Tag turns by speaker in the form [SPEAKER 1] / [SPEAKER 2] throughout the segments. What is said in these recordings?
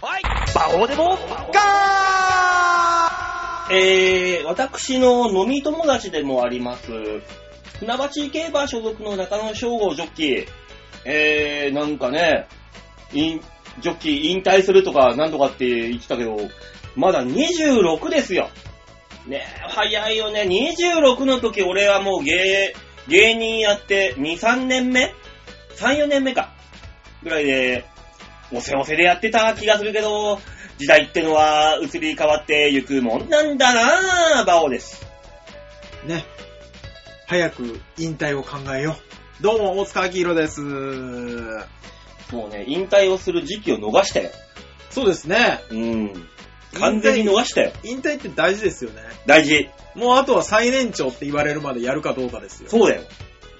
[SPEAKER 1] こうでもガーえー、私の飲み友達でもあります、船橋競馬所属の中野翔吾ジョッキー。えー、なんかね、インジョッキー引退するとかなんとかって言ってたけど、まだ26ですよ。ねえ、早いよね。26の時俺はもう芸、芸人やって2、3年目 ?3、4年目か。ぐらいで、おせおせでやってた気がするけど、時代ってのは移り変わってゆくもんなんだなぁ、バオです。
[SPEAKER 2] ね。早く引退を考えよう。どうも、大塚明宏です。
[SPEAKER 1] もうね、引退をする時期を逃したよ。
[SPEAKER 2] そうですね。
[SPEAKER 1] うん。完全に逃したよ。
[SPEAKER 2] 引退って大事ですよね。
[SPEAKER 1] 大事。
[SPEAKER 2] もうあとは最年長って言われるまでやるかどうかですよ。
[SPEAKER 1] そうだよ。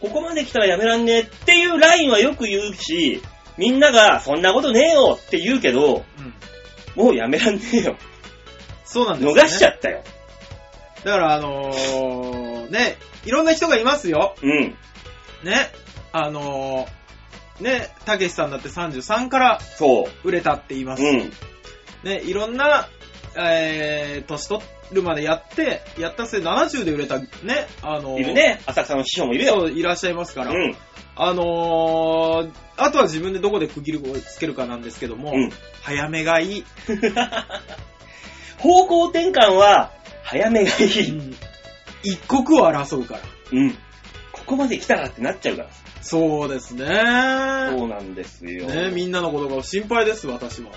[SPEAKER 1] ここまで来たらやめらんねえっていうラインはよく言うし、みんながそんなことねえよって言うけど、
[SPEAKER 2] うん。
[SPEAKER 1] もうやめらんねえよ。
[SPEAKER 2] そうなんです
[SPEAKER 1] 逃
[SPEAKER 2] よ、ね。
[SPEAKER 1] しちゃったよ。
[SPEAKER 2] だからあのー、ね、いろんな人がいますよ。
[SPEAKER 1] うん。
[SPEAKER 2] ね。あのー、ね、たけしさんだって33から
[SPEAKER 1] そう。
[SPEAKER 2] 売れたって言います。
[SPEAKER 1] うん。
[SPEAKER 2] ね、いろんな、えー、年取るまでやって、やったせいで70で売れた、ね、あのー、
[SPEAKER 1] いるね。浅草の師匠もいるよ。
[SPEAKER 2] そういらっしゃいますから。
[SPEAKER 1] うん。
[SPEAKER 2] あのー、あとは自分でどこで区切りをつけるかなんですけども、
[SPEAKER 1] うん。
[SPEAKER 2] 早めがいい。
[SPEAKER 1] 方向転換は、早めがいい。
[SPEAKER 2] 一刻を争うから。
[SPEAKER 1] うん。ここまで来たらってなっちゃうから。
[SPEAKER 2] そうですね。
[SPEAKER 1] そうなんですよ。
[SPEAKER 2] ね、みんなのことが心配です、私も。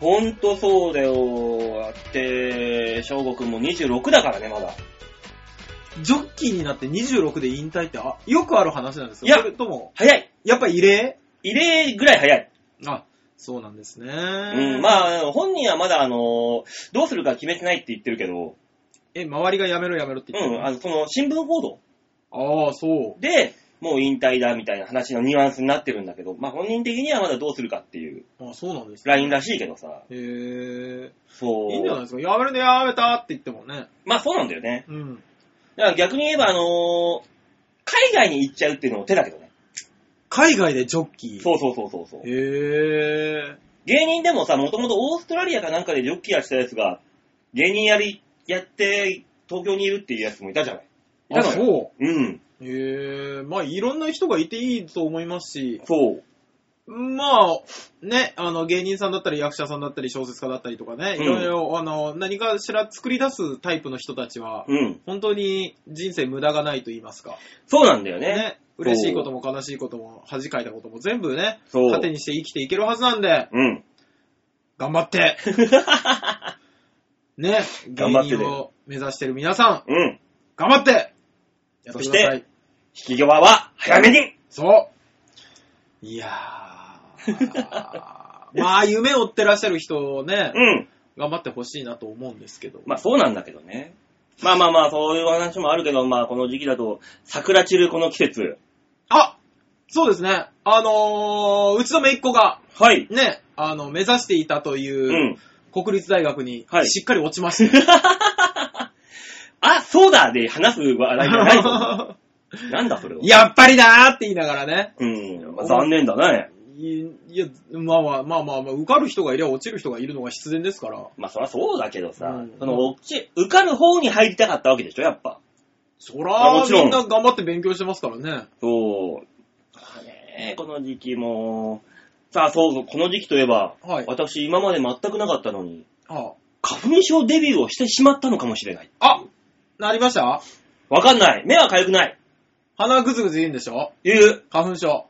[SPEAKER 1] ほんとそうだよ。あって、翔吾くんも26だからね、まだ。
[SPEAKER 2] ジョッキーになって26で引退って、あ、よくある話なんですよ。
[SPEAKER 1] いや
[SPEAKER 2] それとも、
[SPEAKER 1] 早い。
[SPEAKER 2] やっぱ異例
[SPEAKER 1] 異例ぐらい早い。
[SPEAKER 2] あ、そうなんですね。
[SPEAKER 1] うん。
[SPEAKER 2] あ。
[SPEAKER 1] まあ、本人はまだ、あの、どうするか決めてないって言ってるけど、
[SPEAKER 2] え、周りがやめろやめろって
[SPEAKER 1] う
[SPEAKER 2] 言って
[SPEAKER 1] ん、あ
[SPEAKER 2] る、
[SPEAKER 1] の、その、新聞報道
[SPEAKER 2] ああ、そう。
[SPEAKER 1] で、もう引退だみたいな話のニュアンスになってるんだけど、まあ本人的にはまだどうするかっていう
[SPEAKER 2] あそうなんですね。
[SPEAKER 1] ラインらしいけどさ、
[SPEAKER 2] へえ。
[SPEAKER 1] そう。
[SPEAKER 2] いいんじゃないですか。やめるね、やめたって言ってもね。
[SPEAKER 1] まあそうなんだよね。
[SPEAKER 2] うん。
[SPEAKER 1] だから逆に言えば、あのー海外に行っちゃうっていうのも手だけどね。
[SPEAKER 2] 海外でジョッキー。
[SPEAKER 1] そうそうそうそうそう。
[SPEAKER 2] へえ。
[SPEAKER 1] 芸人でもさ、もともとオーストラリアかなんかでジョッキーやってたやつが、芸人やり、やって、東京にいるっていうやつもいたじゃない。いた
[SPEAKER 2] あ、
[SPEAKER 1] のよ
[SPEAKER 2] そ
[SPEAKER 1] うん。
[SPEAKER 2] う。へえ。まあ、いろんな人がいていいと思いますし、
[SPEAKER 1] そう。
[SPEAKER 2] まあ、ね、あの、芸人さんだったり、役者さんだったり、小説家だったりとかね、
[SPEAKER 1] うん
[SPEAKER 2] いろいろ、あの、何かしら作り出すタイプの人たちは、
[SPEAKER 1] うん。
[SPEAKER 2] 本当に人生無駄がないと言いますか。
[SPEAKER 1] そうなんだよね。
[SPEAKER 2] ね。嬉しいことも悲しいことも、恥かいたことも全部ね、
[SPEAKER 1] そう。
[SPEAKER 2] 糧にして生きていけるはずなんで、
[SPEAKER 1] うん。
[SPEAKER 2] 頑張 って、ね、芸
[SPEAKER 1] 頑張ってね
[SPEAKER 2] 人を目指してる皆さん、
[SPEAKER 1] うん。
[SPEAKER 2] 頑張ってやってください。
[SPEAKER 1] 引き際は早めに
[SPEAKER 2] そういやー。 まあ、夢を追ってらっしゃる人をね、
[SPEAKER 1] うん。
[SPEAKER 2] 頑張ってほしいなと思うんですけど。
[SPEAKER 1] まあそうなんだけどね。まあまあまあ、そういう話もあるけど、まあこの時期だと、桜散るこの季節。
[SPEAKER 2] あそうですね。あのー、うちのめいっ子が、
[SPEAKER 1] はい。
[SPEAKER 2] ね、あの、目指していたと
[SPEAKER 1] う。
[SPEAKER 2] いうん国立大学に
[SPEAKER 1] は、い
[SPEAKER 2] しっかり落ちま した。
[SPEAKER 1] あ、そうだで話す笑いじゃない ぞ。なんだそれは。
[SPEAKER 2] やっぱりなーって言いながらね。
[SPEAKER 1] うん、まあ残念だね。
[SPEAKER 2] いいや、まあまあまあまあ、まあ、受かる人がいりゃ落ちる人がいるのが必然ですから。
[SPEAKER 1] まあそりゃそうだけどさ、
[SPEAKER 2] うん
[SPEAKER 1] そのおっち受かる方に入りたかったわけでしょ、やっぱ。
[SPEAKER 2] そら
[SPEAKER 1] あも
[SPEAKER 2] ー、
[SPEAKER 1] ちろん
[SPEAKER 2] みんな頑張って勉強してますからね。
[SPEAKER 1] そう。まあね、この時期も。さあ、そうそう、この時期といえば、
[SPEAKER 2] はい。
[SPEAKER 1] 私今まで全くなかったのに、
[SPEAKER 2] あ
[SPEAKER 1] 花粉症デビューをしてしまったのかもしれない。
[SPEAKER 2] あ、なりました
[SPEAKER 1] わかんない。目は痒くない。
[SPEAKER 2] 鼻ぐずぐず言うんでしょ
[SPEAKER 1] いう。
[SPEAKER 2] 花粉症。
[SPEAKER 1] あー、や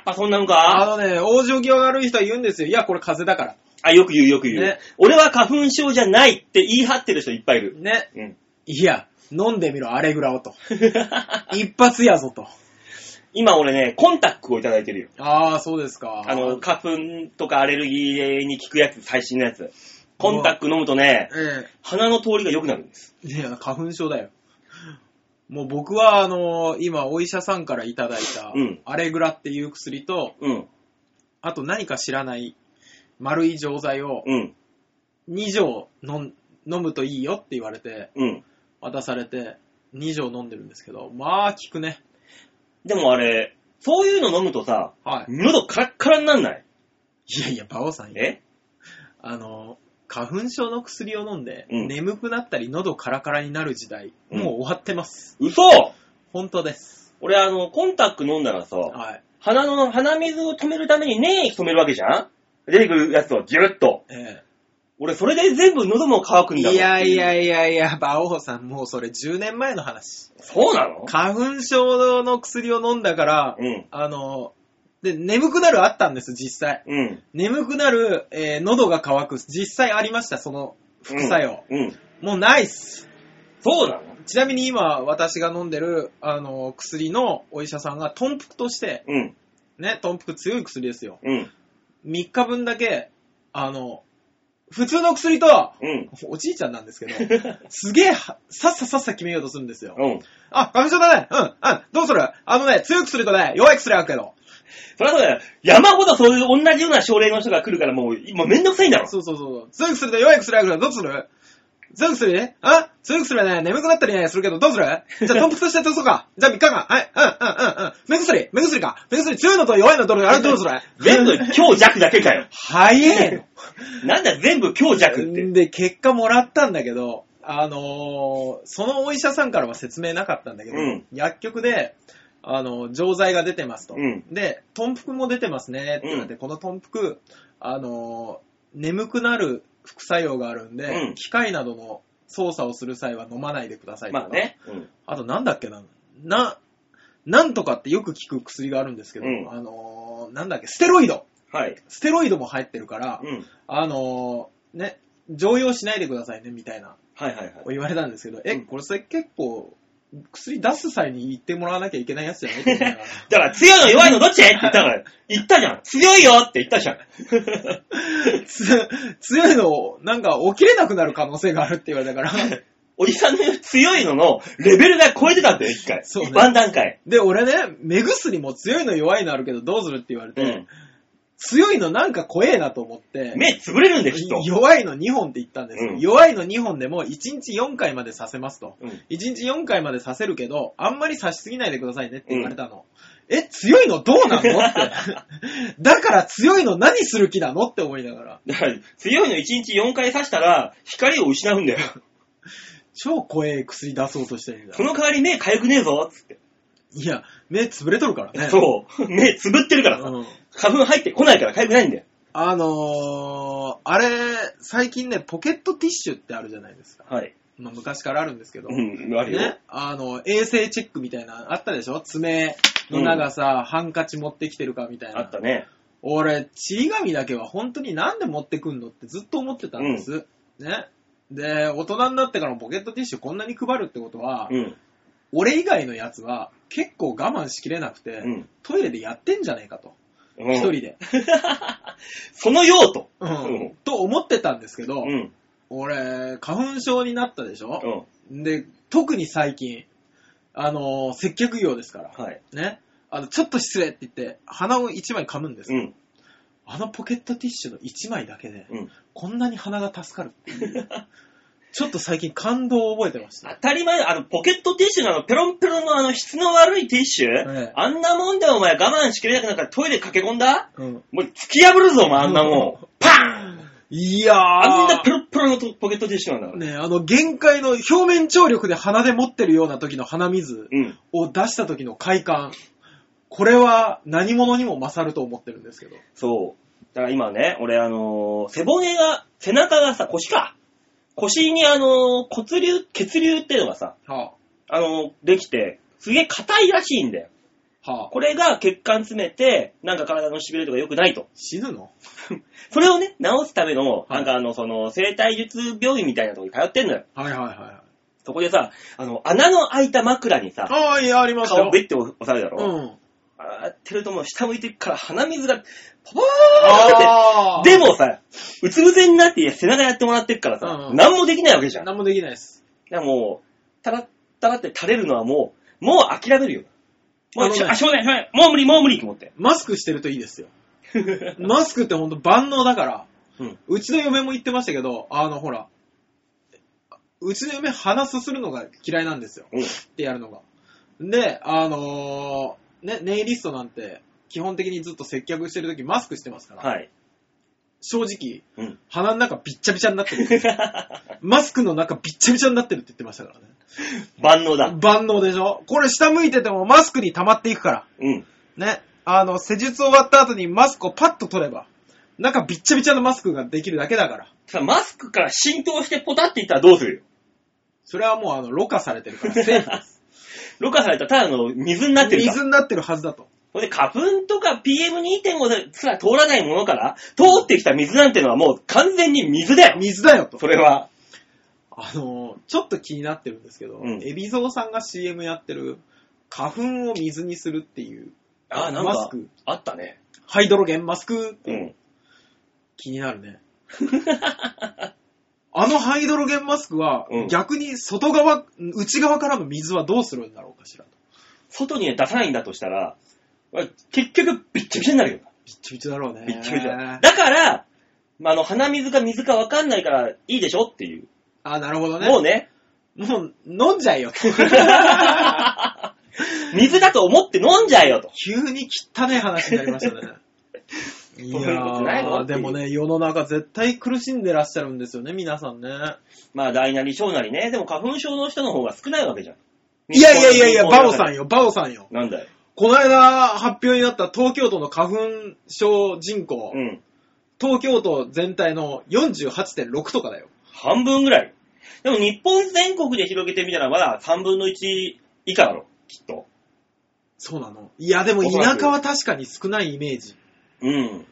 [SPEAKER 1] っぱそんなの
[SPEAKER 2] あ
[SPEAKER 1] かあ
[SPEAKER 2] のね、往生際悪い人は言うんですよ。いや、これ風邪だか
[SPEAKER 1] よく言うよく言う、
[SPEAKER 2] ね
[SPEAKER 1] 俺は花粉症じゃないって言い張ってる人いっぱいい
[SPEAKER 2] ら。
[SPEAKER 1] る。
[SPEAKER 2] ね。
[SPEAKER 1] うん。
[SPEAKER 2] いや、飲んでみろ、アレグラをと。一発やぞと。
[SPEAKER 1] 今俺ね、コンタックをいただいてるよ。
[SPEAKER 2] ああ、そうですか。
[SPEAKER 1] あの、、花粉とかアレルギーに効くやつ、最新のやつ。コンタック飲むとね、
[SPEAKER 2] え
[SPEAKER 1] 鼻の通りが良くなるんです。
[SPEAKER 2] え。いや、花粉症だよ。もう僕は、あの今、お医者さんからいただいた
[SPEAKER 1] うん、
[SPEAKER 2] アレグラっていう薬と、
[SPEAKER 1] うん、
[SPEAKER 2] あと何か知らない丸い錠剤を
[SPEAKER 1] うん、
[SPEAKER 2] 2錠飲ん飲むといいよって言われて、
[SPEAKER 1] うん。
[SPEAKER 2] 渡されて、2錠飲んでるんですけど、まあ、効くね。
[SPEAKER 1] でもあれ、そういうの飲むとさ、
[SPEAKER 2] はい。
[SPEAKER 1] 喉カラッカラになんない。
[SPEAKER 2] いやいや、馬王さんよ
[SPEAKER 1] え
[SPEAKER 2] あの、花粉症の薬を飲んで、
[SPEAKER 1] うん
[SPEAKER 2] 眠くなったり喉カラカラになる時代、
[SPEAKER 1] うん
[SPEAKER 2] もう終わってます。
[SPEAKER 1] 嘘
[SPEAKER 2] 本当です。
[SPEAKER 1] 俺あの、コンタック飲んだらさ、
[SPEAKER 2] はい。
[SPEAKER 1] 鼻の、鼻水を止めるために粘液止めるわけじゃん出てくるやつをギュッと。
[SPEAKER 2] え
[SPEAKER 1] 俺それで全部喉も乾く
[SPEAKER 2] え
[SPEAKER 1] んだもん
[SPEAKER 2] いやいやいやいや、馬王さん、もうそれ10年前の話。
[SPEAKER 1] そうなの
[SPEAKER 2] 花粉症の薬を飲んだから、
[SPEAKER 1] うん。
[SPEAKER 2] あの、で、眠くなるあったんです、実際。
[SPEAKER 1] うん。
[SPEAKER 2] 眠くなる、えー喉が渇く、実際ありました、その副作用。
[SPEAKER 1] うん。
[SPEAKER 2] もうないっす。
[SPEAKER 1] そうなの
[SPEAKER 2] ちなみに今、私が飲んでる、あの、薬のお医者さんが、トンプクとして、
[SPEAKER 1] うん。
[SPEAKER 2] ね、トンプク強い薬ですよ。
[SPEAKER 1] うん。
[SPEAKER 2] 3日分だけ、あの、普通の薬と、
[SPEAKER 1] うん。
[SPEAKER 2] おじいちゃんなんですけど、すげえは、さっささっさ決めようとするんですよ。
[SPEAKER 1] うん。
[SPEAKER 2] あ、花粉症だね。うん、うん、どうするあのね、強い薬とね、弱い薬あるけど。
[SPEAKER 1] そりゃそうだよ。山ほどそういう同じような症例の人が来るからもう、もうめんどくさいんだろ。
[SPEAKER 2] そうそうそう。強い薬と弱い薬あるけど、どうする強い薬ねあ強い薬はね、眠くなったりね、するけど、どうするじゃあ、トンプクとしてどうするか。じゃあ、3日間。はい、うん、うん、うん、うん。目薬、目薬か。目薬、強いのと弱いのとあれどうする
[SPEAKER 1] 全部強弱だけか よ。
[SPEAKER 2] 早えの。
[SPEAKER 1] なんだ全部強弱って。
[SPEAKER 2] で、結果もらったんだけど、あのーそのお医者さんからは説明なかったんだけど、
[SPEAKER 1] うん
[SPEAKER 2] 薬局で、あのー錠剤が出てますと。
[SPEAKER 1] うん
[SPEAKER 2] で、トンプクも出てますねってなって、このトンプク、あのー眠くなる副作用があるんで、
[SPEAKER 1] うん
[SPEAKER 2] 機械などの操作をする際は飲まないでくださいとか、
[SPEAKER 1] まあね。うん。
[SPEAKER 2] あとなんだっけな、な、なんとかってよく聞く薬があるんですけど、
[SPEAKER 1] うん
[SPEAKER 2] あのーなんだっけ、ステロイド
[SPEAKER 1] はい。
[SPEAKER 2] ステロイドも入ってるから、
[SPEAKER 1] うん。
[SPEAKER 2] あのーね、常用しないでくださいね、みたいな、
[SPEAKER 1] はいはいはい。
[SPEAKER 2] 言われたんですけど、え、
[SPEAKER 1] うん
[SPEAKER 2] これそれ結構、薬出す際に言ってもらわなきゃいけないやつじゃないって 思いながら
[SPEAKER 1] だから強いの弱いのどっちって言ったから、言ったじゃん。強いよって言った じゃん。
[SPEAKER 2] つ強いのを、なんか起きれなくなる可能性があるって言われたから。
[SPEAKER 1] おじさんの言う強いののレベルが超えてたんだよ、一回。
[SPEAKER 2] そうね
[SPEAKER 1] 一番段階。
[SPEAKER 2] で、俺ね、目薬も強いの弱いのあるけどどうするって言われて、
[SPEAKER 1] うん。
[SPEAKER 2] 強いのなんか怖えなと思って、
[SPEAKER 1] 目潰れるんで、きっと。
[SPEAKER 2] 弱いの2本って言ったんですよ、
[SPEAKER 1] うん
[SPEAKER 2] 弱いの2本でも1日4回までさせますと。
[SPEAKER 1] うん。
[SPEAKER 2] 1日4回までさせるけど、あんまりさしすぎないでくださいねって言われたの。え、強いのどうなのって。 だから強いの何する気なのって思いながら。
[SPEAKER 1] だから、強いの1日4回刺したら、光を失うんだよ。
[SPEAKER 2] 超怖え薬出そうとしてるんだ
[SPEAKER 1] そ。の代わり目痒くねえぞ、つって。
[SPEAKER 2] いや、目潰れとるからね。
[SPEAKER 1] そう。目つぶってるからさ。
[SPEAKER 2] うん
[SPEAKER 1] 花粉入ってこないから痒くないんだよ。
[SPEAKER 2] あのー、あれ、最近ね、ポケットティッシュってあるじゃないですか。
[SPEAKER 1] はい。
[SPEAKER 2] まあ、昔からあるんですけど。
[SPEAKER 1] うん、あるよ。
[SPEAKER 2] ね、あの、衛生チェックみたいな、あったでしょ爪の長さ、ハンカチ持ってきてるかみたいな。
[SPEAKER 1] あったね。
[SPEAKER 2] 俺、ちり紙だけは本当になんで持ってくんのってずっと思ってたんです。ね。で、大人になってからもポケットティッシュこんなに配るってことは、
[SPEAKER 1] うん。
[SPEAKER 2] 俺以外のやつは結構我慢しきれなくて、
[SPEAKER 1] うん。
[SPEAKER 2] トイレでやってんじゃないかと。
[SPEAKER 1] うん
[SPEAKER 2] 一、人で、
[SPEAKER 1] その用途。
[SPEAKER 2] うん
[SPEAKER 1] うん
[SPEAKER 2] と思ってたんですけど、
[SPEAKER 1] うん。
[SPEAKER 2] 俺、花粉症になったでしょ
[SPEAKER 1] う、ん。
[SPEAKER 2] で、特に最近、あのー接客業ですから、
[SPEAKER 1] はい。
[SPEAKER 2] ね。あの、ちょっと失礼って言って、鼻を一枚噛むんです
[SPEAKER 1] う
[SPEAKER 2] よ、
[SPEAKER 1] ん。
[SPEAKER 2] あのポケットティッシュの一枚だけで、
[SPEAKER 1] うん。
[SPEAKER 2] こんなに鼻が助かるっていう。ちょっと最近感動を覚えてまし
[SPEAKER 1] 当
[SPEAKER 2] た。
[SPEAKER 1] たり前だ、あの、ポケットティッシュのあの、ペロンペロンのあの、質の悪いティッシュ、
[SPEAKER 2] ええ
[SPEAKER 1] あんなもんでお前我慢しきれなくなったらトイレ駆け込んだ
[SPEAKER 2] うん、
[SPEAKER 1] もう突き破るぞ、お前、あんなもん。パーン
[SPEAKER 2] いやー
[SPEAKER 1] あんなペロッペロのとポケットティッシュなんだから。
[SPEAKER 2] ね、あの限界の表面張力で鼻で持ってるような時の鼻水
[SPEAKER 1] うん。
[SPEAKER 2] を出した時の快感。これは何者にも勝ると思ってるんですけど。
[SPEAKER 1] そう。だから今ね、俺あのー背骨が、背中がさ、腰か。腰にあのー骨流、血流っていうのがさ、
[SPEAKER 2] は
[SPEAKER 1] あのーできて、すげえ硬いらしいんだよ。
[SPEAKER 2] あ、はあ、
[SPEAKER 1] これが血管詰めて、なんか体の痺れとか良くないと。
[SPEAKER 2] 死ぬの
[SPEAKER 1] それをね、治すための、
[SPEAKER 2] い
[SPEAKER 1] なんかあの、その、生体術病院みたいなとこに通ってんのよ。
[SPEAKER 2] はいはいはいはい。
[SPEAKER 1] そこでさ、あの、穴の開いた枕にさ、
[SPEAKER 2] ああ、いや、ありました
[SPEAKER 1] 顔
[SPEAKER 2] よ。
[SPEAKER 1] ベッて押されるだ
[SPEAKER 2] う
[SPEAKER 1] ろ。
[SPEAKER 2] ん。
[SPEAKER 1] あーやってるともう下向いてくから鼻水が、ポポーっ
[SPEAKER 2] あ
[SPEAKER 1] て。でもさ、うつ伏せになっていや背中やってもらってるから
[SPEAKER 2] うん
[SPEAKER 1] さ
[SPEAKER 2] う、ん
[SPEAKER 1] なんもできないわけじゃん。だか
[SPEAKER 2] 何もできないです。
[SPEAKER 1] らもう、たらったらって垂れるのはもう、もう諦めるよ。も
[SPEAKER 2] あ
[SPEAKER 1] う、
[SPEAKER 2] の
[SPEAKER 1] し
[SPEAKER 2] ね
[SPEAKER 1] あ、しょうがない、しょうがない。もう無理、もう無理と思って。
[SPEAKER 2] マスクしてるとい いですよ。マスクってほんと万能だから、
[SPEAKER 1] うん
[SPEAKER 2] うちの嫁も言ってましたけど、あのほら、うちの嫁鼻すするのが嫌いなんですよ。
[SPEAKER 1] うん
[SPEAKER 2] ってやるのが。で、あのーね、ネイリストなんて、基本的にずっと接客してるときマスクしてますから、
[SPEAKER 1] はい。
[SPEAKER 2] 正直、
[SPEAKER 1] うん。
[SPEAKER 2] 鼻の中びっちゃびちゃになってる。マスクの中びっちゃびちゃになってるって言ってましたからね。
[SPEAKER 1] 万能だ。
[SPEAKER 2] 万能でしょこれ下向いててもマスクに溜まっていくから。
[SPEAKER 1] うん。
[SPEAKER 2] ね。あの、施術終わった後にマスクをパッと取れば、中びっちゃびちゃのマスクができるだけだから。
[SPEAKER 1] さ、マスクから浸透してポタっていったらどうす るよ。
[SPEAKER 2] それはもうあの、ろ過されて るから、セーフです。
[SPEAKER 1] ろ過されたらただの水になってるから。
[SPEAKER 2] 水になってるはずだと。
[SPEAKER 1] ほんで、花粉とか PM2.5 ですら通らないものから、通ってきた水なんてのはもう完全に水だよ。
[SPEAKER 2] 水だよと
[SPEAKER 1] そ。れは。
[SPEAKER 2] あの、ちょっと気になってるんですけど、
[SPEAKER 1] うん
[SPEAKER 2] 海老蔵さんが CM やってる、花粉を水にするっていう、
[SPEAKER 1] あ、なん
[SPEAKER 2] マス
[SPEAKER 1] か
[SPEAKER 2] ク、
[SPEAKER 1] あったね。
[SPEAKER 2] ハイドロゲンマスクって
[SPEAKER 1] う
[SPEAKER 2] いう、
[SPEAKER 1] ん。
[SPEAKER 2] 気になるね。あのハイドロゲンマスクは、
[SPEAKER 1] うん
[SPEAKER 2] 逆に外側、内側からの水はどうするんだろうかしらと。
[SPEAKER 1] 外には出さないんだとしたら、結局、びっちゃびちゃになるよ。
[SPEAKER 2] びっちゃびちゃだろうね。
[SPEAKER 1] びっちゃびちゃ。だから、まあ、あの、鼻水か水かわかんないからいいでしょっていう。
[SPEAKER 2] あ、なるほどね。
[SPEAKER 1] もうね、
[SPEAKER 2] もう、飲んじゃえ よ。
[SPEAKER 1] 水だと思って飲んじゃえよと。
[SPEAKER 2] 急に汚い話になりましたね。い
[SPEAKER 1] そういうことない
[SPEAKER 2] や
[SPEAKER 1] の
[SPEAKER 2] ー、でもね、世の中絶対苦しんでらっしゃるんですよね、皆さんね。
[SPEAKER 1] まあ、大なり小なりね。でも、花粉症の人の方が少ないわけじゃん。
[SPEAKER 2] いやいやいやいや、
[SPEAKER 1] 日本
[SPEAKER 2] バ
[SPEAKER 1] の
[SPEAKER 2] オ
[SPEAKER 1] 中
[SPEAKER 2] さ
[SPEAKER 1] で
[SPEAKER 2] んよ、バオさんよ。
[SPEAKER 1] なんだよ。
[SPEAKER 2] この間発表になった東京都の花粉症人口、
[SPEAKER 1] うん。
[SPEAKER 2] 東京都全体の48.6とかだよ。
[SPEAKER 1] 半分ぐらい。でも、日本全国で広げてみたら、まだ3分の1以下だろ。きっと。
[SPEAKER 2] そうなの。いや、でも
[SPEAKER 1] おそら
[SPEAKER 2] 田
[SPEAKER 1] く
[SPEAKER 2] 舎は確かに少ないイメージ。
[SPEAKER 1] うん。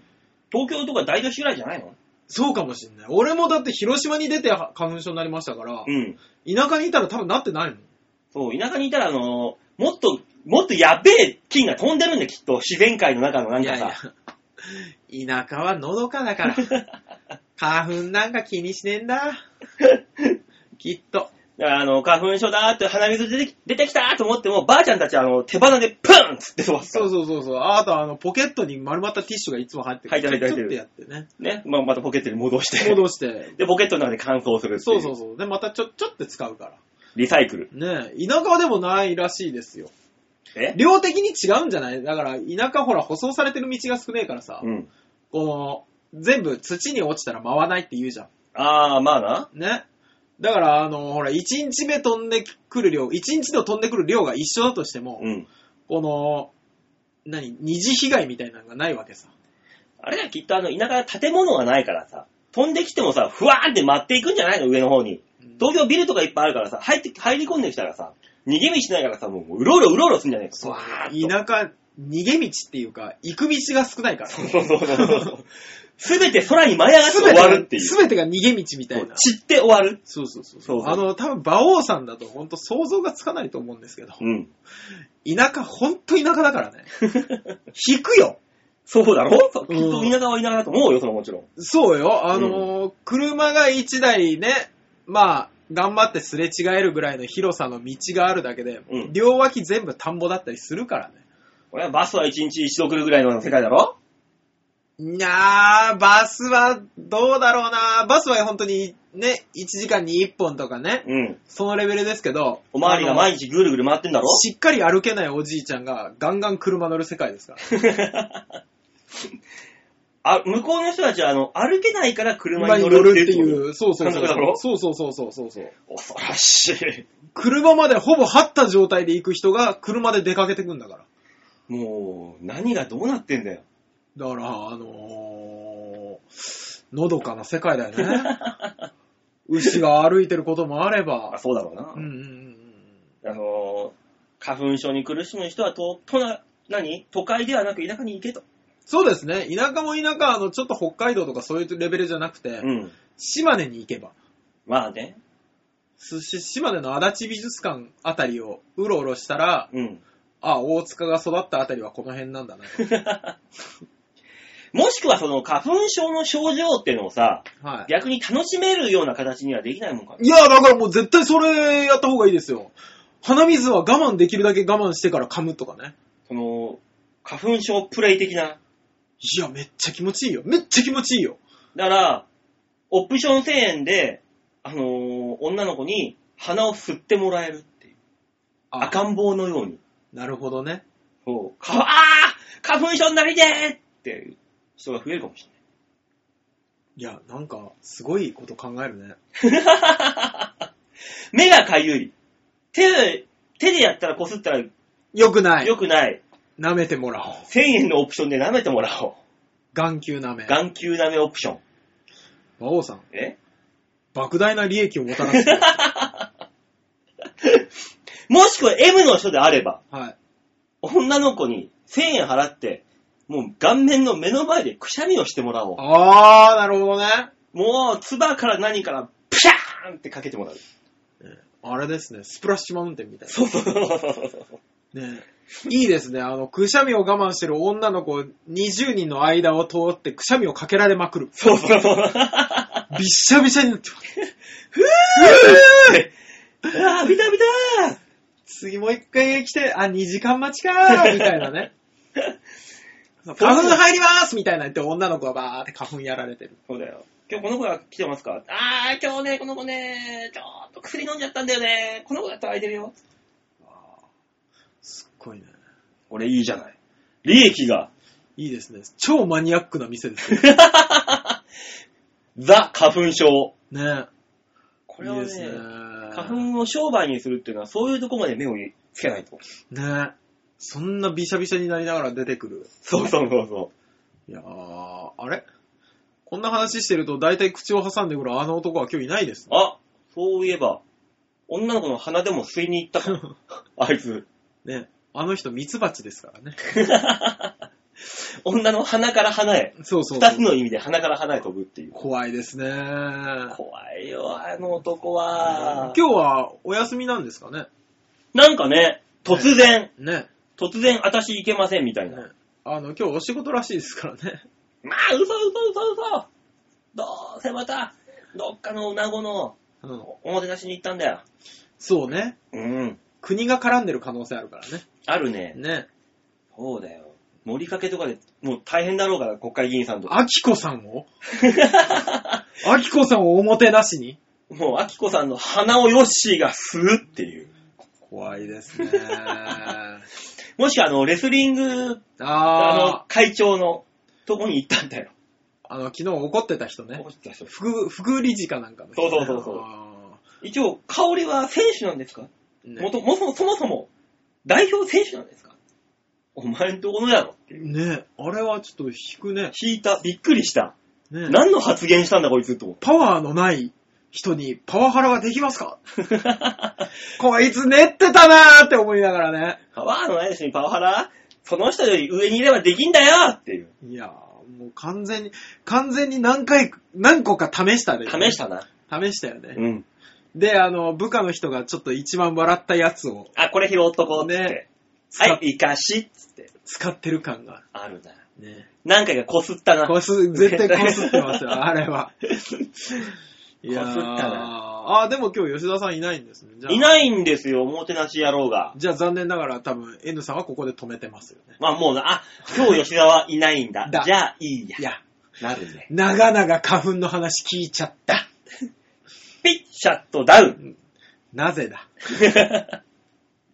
[SPEAKER 1] 東京とか大都市ぐらいじゃないの
[SPEAKER 2] そうかもしんない。俺もだって広島に出ては花粉症になりましたから
[SPEAKER 1] う、ん。
[SPEAKER 2] 田舎にいたら多分なってないもん。
[SPEAKER 1] そう、田舎にいたら、あのーもっと、もっとやべえ菌が飛んでるんだよ、きっと。自然界の中のなんかさ。
[SPEAKER 2] いやいや、田舎はのどかだから。 花粉なんか気にしねえんだ。きっと。
[SPEAKER 1] だからあの、花粉症だーって鼻水出てき出てきたーと思っても、ばあちゃんたちはあの、手鼻でプーンっつって飛ばすか
[SPEAKER 2] そ
[SPEAKER 1] ら
[SPEAKER 2] うそうそうそう。あとあの、ポケットに丸まったティッシュがいつも入ってる。
[SPEAKER 1] 入ってる入ってる
[SPEAKER 2] ちょっとやって
[SPEAKER 1] ね。
[SPEAKER 2] ね。
[SPEAKER 1] まあ、またポケットに戻して。
[SPEAKER 2] 戻して。
[SPEAKER 1] で、ポケットの中で乾燥するってい
[SPEAKER 2] そうそうそう。で、またちょ、ちょって使うか
[SPEAKER 1] リサイクル。
[SPEAKER 2] ら。ねえ、田舎はでもないらしいですよ。
[SPEAKER 1] え
[SPEAKER 2] 量的に違うんじゃないだから、田舎ほら、舗装されてる道が少ねえからさ、
[SPEAKER 1] うん。
[SPEAKER 2] この、全部土に落ちたら回らないって言うじゃん。
[SPEAKER 1] あー、まあな。
[SPEAKER 2] ね。だから、あの、ほら、1日目飛んでくる量、1日の飛んでくる量が一緒だとしても、
[SPEAKER 1] うん。
[SPEAKER 2] この、何、二次被害みたいなのがないわけさ。
[SPEAKER 1] あれだよ、きっとあの、田舎は建物がないからさ、飛んできてもさ、ふわーんって舞っていくんじゃないの上の方に。東京ビルとかいっぱいあるからさ、入って、入り込んできたらさ、逃げ道ないからさ、もう、うろうろうろうろすんじゃねえか。
[SPEAKER 2] そう
[SPEAKER 1] わーっと。
[SPEAKER 2] 田舎、逃げ道っていうか、行く道が少ないから。
[SPEAKER 1] そうそうそうそう。すべて空に舞い上がって終わるっていう。
[SPEAKER 2] すべてが逃げ道みたいな。
[SPEAKER 1] 散って終わる。
[SPEAKER 2] そうそうそう
[SPEAKER 1] そうそう
[SPEAKER 2] あの、多分、馬王さんだと本当想像がつかないと思うんですけど、
[SPEAKER 1] うん。
[SPEAKER 2] 田舎、本当田舎だからね。 引くよ。
[SPEAKER 1] そうだろきっと
[SPEAKER 2] うん
[SPEAKER 1] 田舎は田舎だと思うよ、それはもちろん。
[SPEAKER 2] そうよ。あのー車が1台ね、まあ、頑張ってすれ違えるぐらいの広さの道があるだけで、
[SPEAKER 1] うん
[SPEAKER 2] 両脇全部田んぼだったりするからね。
[SPEAKER 1] 俺はバスは一日一度来るぐらいの世界だろ
[SPEAKER 2] いやー、バスはどうだろうなバスは本当にね、1時間に1本とかね、
[SPEAKER 1] うん。
[SPEAKER 2] そのレベルですけど、
[SPEAKER 1] おまわりが
[SPEAKER 2] あの
[SPEAKER 1] 毎日ぐるぐる回ってんだろ
[SPEAKER 2] しっかり歩けないおじいちゃんがガンガン車乗る世界ですから。
[SPEAKER 1] あ、向こうの人たちは、あの、歩けないから車
[SPEAKER 2] 車
[SPEAKER 1] に
[SPEAKER 2] に
[SPEAKER 1] 乗
[SPEAKER 2] 乗
[SPEAKER 1] る
[SPEAKER 2] る
[SPEAKER 1] っ
[SPEAKER 2] ってて
[SPEAKER 1] い。
[SPEAKER 2] いうう、そうそうそ
[SPEAKER 1] 感
[SPEAKER 2] う
[SPEAKER 1] 覚だろ
[SPEAKER 2] そうそうそうそうそうそう。
[SPEAKER 1] 恐ろしい。
[SPEAKER 2] 車までほぼ張った状態で行く人が車で出かけてくんだから。
[SPEAKER 1] もう、何がどうなってんだよ。
[SPEAKER 2] だから、あのー、のどかな世界だよ ね。牛が歩いてることもあれ
[SPEAKER 1] あ、
[SPEAKER 2] ば。
[SPEAKER 1] そうだろうな。
[SPEAKER 2] うんうんうん
[SPEAKER 1] あのー、花粉症に苦しむ人は、と、とな、何都会ではなく田舎に行けと。
[SPEAKER 2] そうですね。田舎も田舎、あの、ちょっと北海道とかそういうレベルじゃなくて、
[SPEAKER 1] うん。
[SPEAKER 2] 島根に行けば、
[SPEAKER 1] まあね。
[SPEAKER 2] すし島根の足立美術館あたりをうろうろしたら、
[SPEAKER 1] うん。
[SPEAKER 2] あ、大塚が育ったあたりはこの辺なんだな と。
[SPEAKER 1] もしくは、その、花粉症の症状っていうのをさ、
[SPEAKER 2] はい。
[SPEAKER 1] 逆に楽しめるような形にはできないもんか。
[SPEAKER 2] いや、だからもう絶対それやった方がいいですよ。鼻水は我慢できるだけ我慢してから噛むとかね。
[SPEAKER 1] その、花粉症プレイ的な。
[SPEAKER 2] いや、めっちゃ気持ちいいよ。めっちゃ気持ちいいよ。
[SPEAKER 1] だから、オプション1000円で、あのー女の子に鼻を吸ってもらえるっていう。
[SPEAKER 2] あ
[SPEAKER 1] 赤ん坊のように。
[SPEAKER 2] なるほどね。
[SPEAKER 1] そう。か、あー花粉症になりてーっていう人が増えるかもしれない。
[SPEAKER 2] いや、なんか、すごいこと考えるね。
[SPEAKER 1] 目がかゆい。手で、手でやったらこすったら
[SPEAKER 2] よくない。
[SPEAKER 1] 良くない。
[SPEAKER 2] 舐めてもらおう。
[SPEAKER 1] 1000円のオプションで舐めてもらおう。
[SPEAKER 2] 眼球舐め。
[SPEAKER 1] 眼球舐めオプション。
[SPEAKER 2] 馬王さん、
[SPEAKER 1] え
[SPEAKER 2] 莫大な利益をもたらす。
[SPEAKER 1] もしくは M の人であれば、
[SPEAKER 2] はい。
[SPEAKER 1] 女の子に1000円払って、もう顔面の目の前でくしゃみをしてもらおう。
[SPEAKER 2] あー、なるほどね。
[SPEAKER 1] もう、唾から何から、プシャーンってかけてもらう。
[SPEAKER 2] あれですね、スプラッシュマウンテンみたい
[SPEAKER 1] そうそうそうそうそう。
[SPEAKER 2] な。ねいいですね、あの、くしゃみを我慢してる女の子20人の間を通ってくしゃみをかけられまくる。
[SPEAKER 1] そうそう そう。
[SPEAKER 2] びっしゃびしゃになって ます。
[SPEAKER 1] ああ、見た見た
[SPEAKER 2] 次もう一回来て、あ、2時間待ちかー、みたいなね。 花粉入りますみたいな言って女の子がバーって花粉やられてる。
[SPEAKER 1] そうだよ。今日この子が来てますかああ、今日ね、この子ね、ちょっと薬飲んじゃったんだよね。この子だったら空いてるよ。
[SPEAKER 2] すっごいね。
[SPEAKER 1] 俺いいじゃない。利益が、
[SPEAKER 2] いいですね。超マニアックな店ですね。
[SPEAKER 1] ザ・花粉症。
[SPEAKER 2] ね
[SPEAKER 1] これはいね
[SPEAKER 2] いですね。
[SPEAKER 1] 花粉を商売にするっていうのは、そういうとこまで目をつけないと。
[SPEAKER 2] ねそんなびしゃびしゃになりながら出てくる。
[SPEAKER 1] そうそうそうそ
[SPEAKER 2] いやー、あれこんな話してると大体口を挟んでくるあの男は今日いないです
[SPEAKER 1] う。あ、そういえば、女の子の鼻でも吸いに行ったか。 あいつ。
[SPEAKER 2] ね。ね。あの人ミツバチですからね。
[SPEAKER 1] 女の鼻から鼻へ。
[SPEAKER 2] そうそうそ
[SPEAKER 1] 二つ
[SPEAKER 2] う。
[SPEAKER 1] の意味で鼻から鼻へ飛ぶっていう。
[SPEAKER 2] 怖いですね。今
[SPEAKER 1] 怖いよ、あの男は。
[SPEAKER 2] 日はお休みなんですかね
[SPEAKER 1] なんかね、突然、
[SPEAKER 2] ね。
[SPEAKER 1] 突然私行けませんみたいな。
[SPEAKER 2] ねあの、今日お仕事らしいですからね。
[SPEAKER 1] まあ、嘘嘘嘘嘘どうせまた、どっかの女子の
[SPEAKER 2] うん。
[SPEAKER 1] おもてなしに行ったんだよ。
[SPEAKER 2] そうね。
[SPEAKER 1] うん。
[SPEAKER 2] 国が絡んでる可能性あるからね。
[SPEAKER 1] あるね。
[SPEAKER 2] ね。
[SPEAKER 1] そうだよ。盛りかけとかで、もう大変だろうから、国会議員さんとか。
[SPEAKER 2] アキコさんをアキコさんをおもてなしに
[SPEAKER 1] もう、アキコさんの鼻をヨッシーが吸うっていう。
[SPEAKER 2] 怖いですね。
[SPEAKER 1] もしくは、あの、レスリング、あの
[SPEAKER 2] あー、、
[SPEAKER 1] 会長のとこに行ったんだよ。
[SPEAKER 2] あの、昨日怒ってた人ね
[SPEAKER 1] 怒。ってた人
[SPEAKER 2] 副、副理事かなんかの人ね、
[SPEAKER 1] そうそうそうそう
[SPEAKER 2] あ
[SPEAKER 1] 一応、香りは選手なんですか
[SPEAKER 2] ー
[SPEAKER 1] もともそそもそも、代表選手なんですかお前んとこのやろ。
[SPEAKER 2] ねねあれはちょっと引くね。
[SPEAKER 1] 引いた、びっくりした。
[SPEAKER 2] ね
[SPEAKER 1] 何の発言したんだこいつと 思って。
[SPEAKER 2] パワーのない人にパワハラはできますかこいつ練ってたなーって思いながらね。
[SPEAKER 1] パワーのない人にパワハラその人より上にいればできんだよっていう。
[SPEAKER 2] いやー、もう完全に、完全に何回、何個か試したで、
[SPEAKER 1] 試し。たな。
[SPEAKER 2] 試したよね。
[SPEAKER 1] うん。
[SPEAKER 2] で、あの、部下の人がちょっと一番笑ったやつを
[SPEAKER 1] あ、これ拾っとこうって。
[SPEAKER 2] ね使,、
[SPEAKER 1] はい、生かしっつって。
[SPEAKER 2] 使ってる感が。
[SPEAKER 1] あるな。
[SPEAKER 2] ね。
[SPEAKER 1] 何回かこすった な。
[SPEAKER 2] こす、絶対こすってますよ、あれは。いやー
[SPEAKER 1] こすった
[SPEAKER 2] あー、でも今日吉田さんいないんですね。じゃあ
[SPEAKER 1] いないんですよ、おもてなし野郎が。
[SPEAKER 2] じゃあ残念ながら多分 N さんはここで止めてますよね。
[SPEAKER 1] まあもうな、あ、今日吉田はいないん だ。
[SPEAKER 2] だ
[SPEAKER 1] じゃあいいや
[SPEAKER 2] い。や、
[SPEAKER 1] なるね。
[SPEAKER 2] 長々花粉の話聞いちゃった。
[SPEAKER 1] ピッ、シャットダウン。
[SPEAKER 2] なぜだ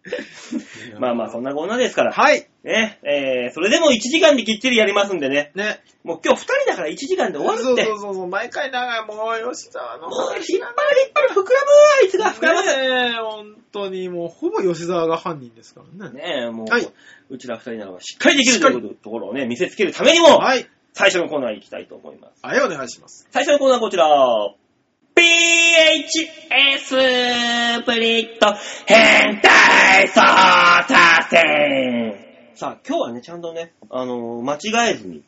[SPEAKER 1] まあまあそんなこんなですから。
[SPEAKER 2] はい。
[SPEAKER 1] ね、えー、それでも1時間できっちりやりますんでね。
[SPEAKER 2] ね。
[SPEAKER 1] もう今日2人だから1時間で終わるって。
[SPEAKER 2] そうそうそうそう、毎回長い、もう吉沢の
[SPEAKER 1] もう
[SPEAKER 2] 話
[SPEAKER 1] 引っ
[SPEAKER 2] が
[SPEAKER 1] 張る引っ張る膨らむあいつが膨らむ
[SPEAKER 2] ねえ、本当にもう、ほぼ吉沢が犯人ですからね。
[SPEAKER 1] ねえ、もう、
[SPEAKER 2] はいう
[SPEAKER 1] ちら二人ならばしっかりできると
[SPEAKER 2] しっか
[SPEAKER 1] い
[SPEAKER 2] り
[SPEAKER 1] うことところをね、見せつけるためにも、
[SPEAKER 2] はい。
[SPEAKER 1] 最初のコーナー行きたいと思います。
[SPEAKER 2] はい、お願いします。
[SPEAKER 1] 最初のコーナーはこちら。PHS プリット変態操作戦さあ、今日はね、ちゃんとね、あのー間違えずに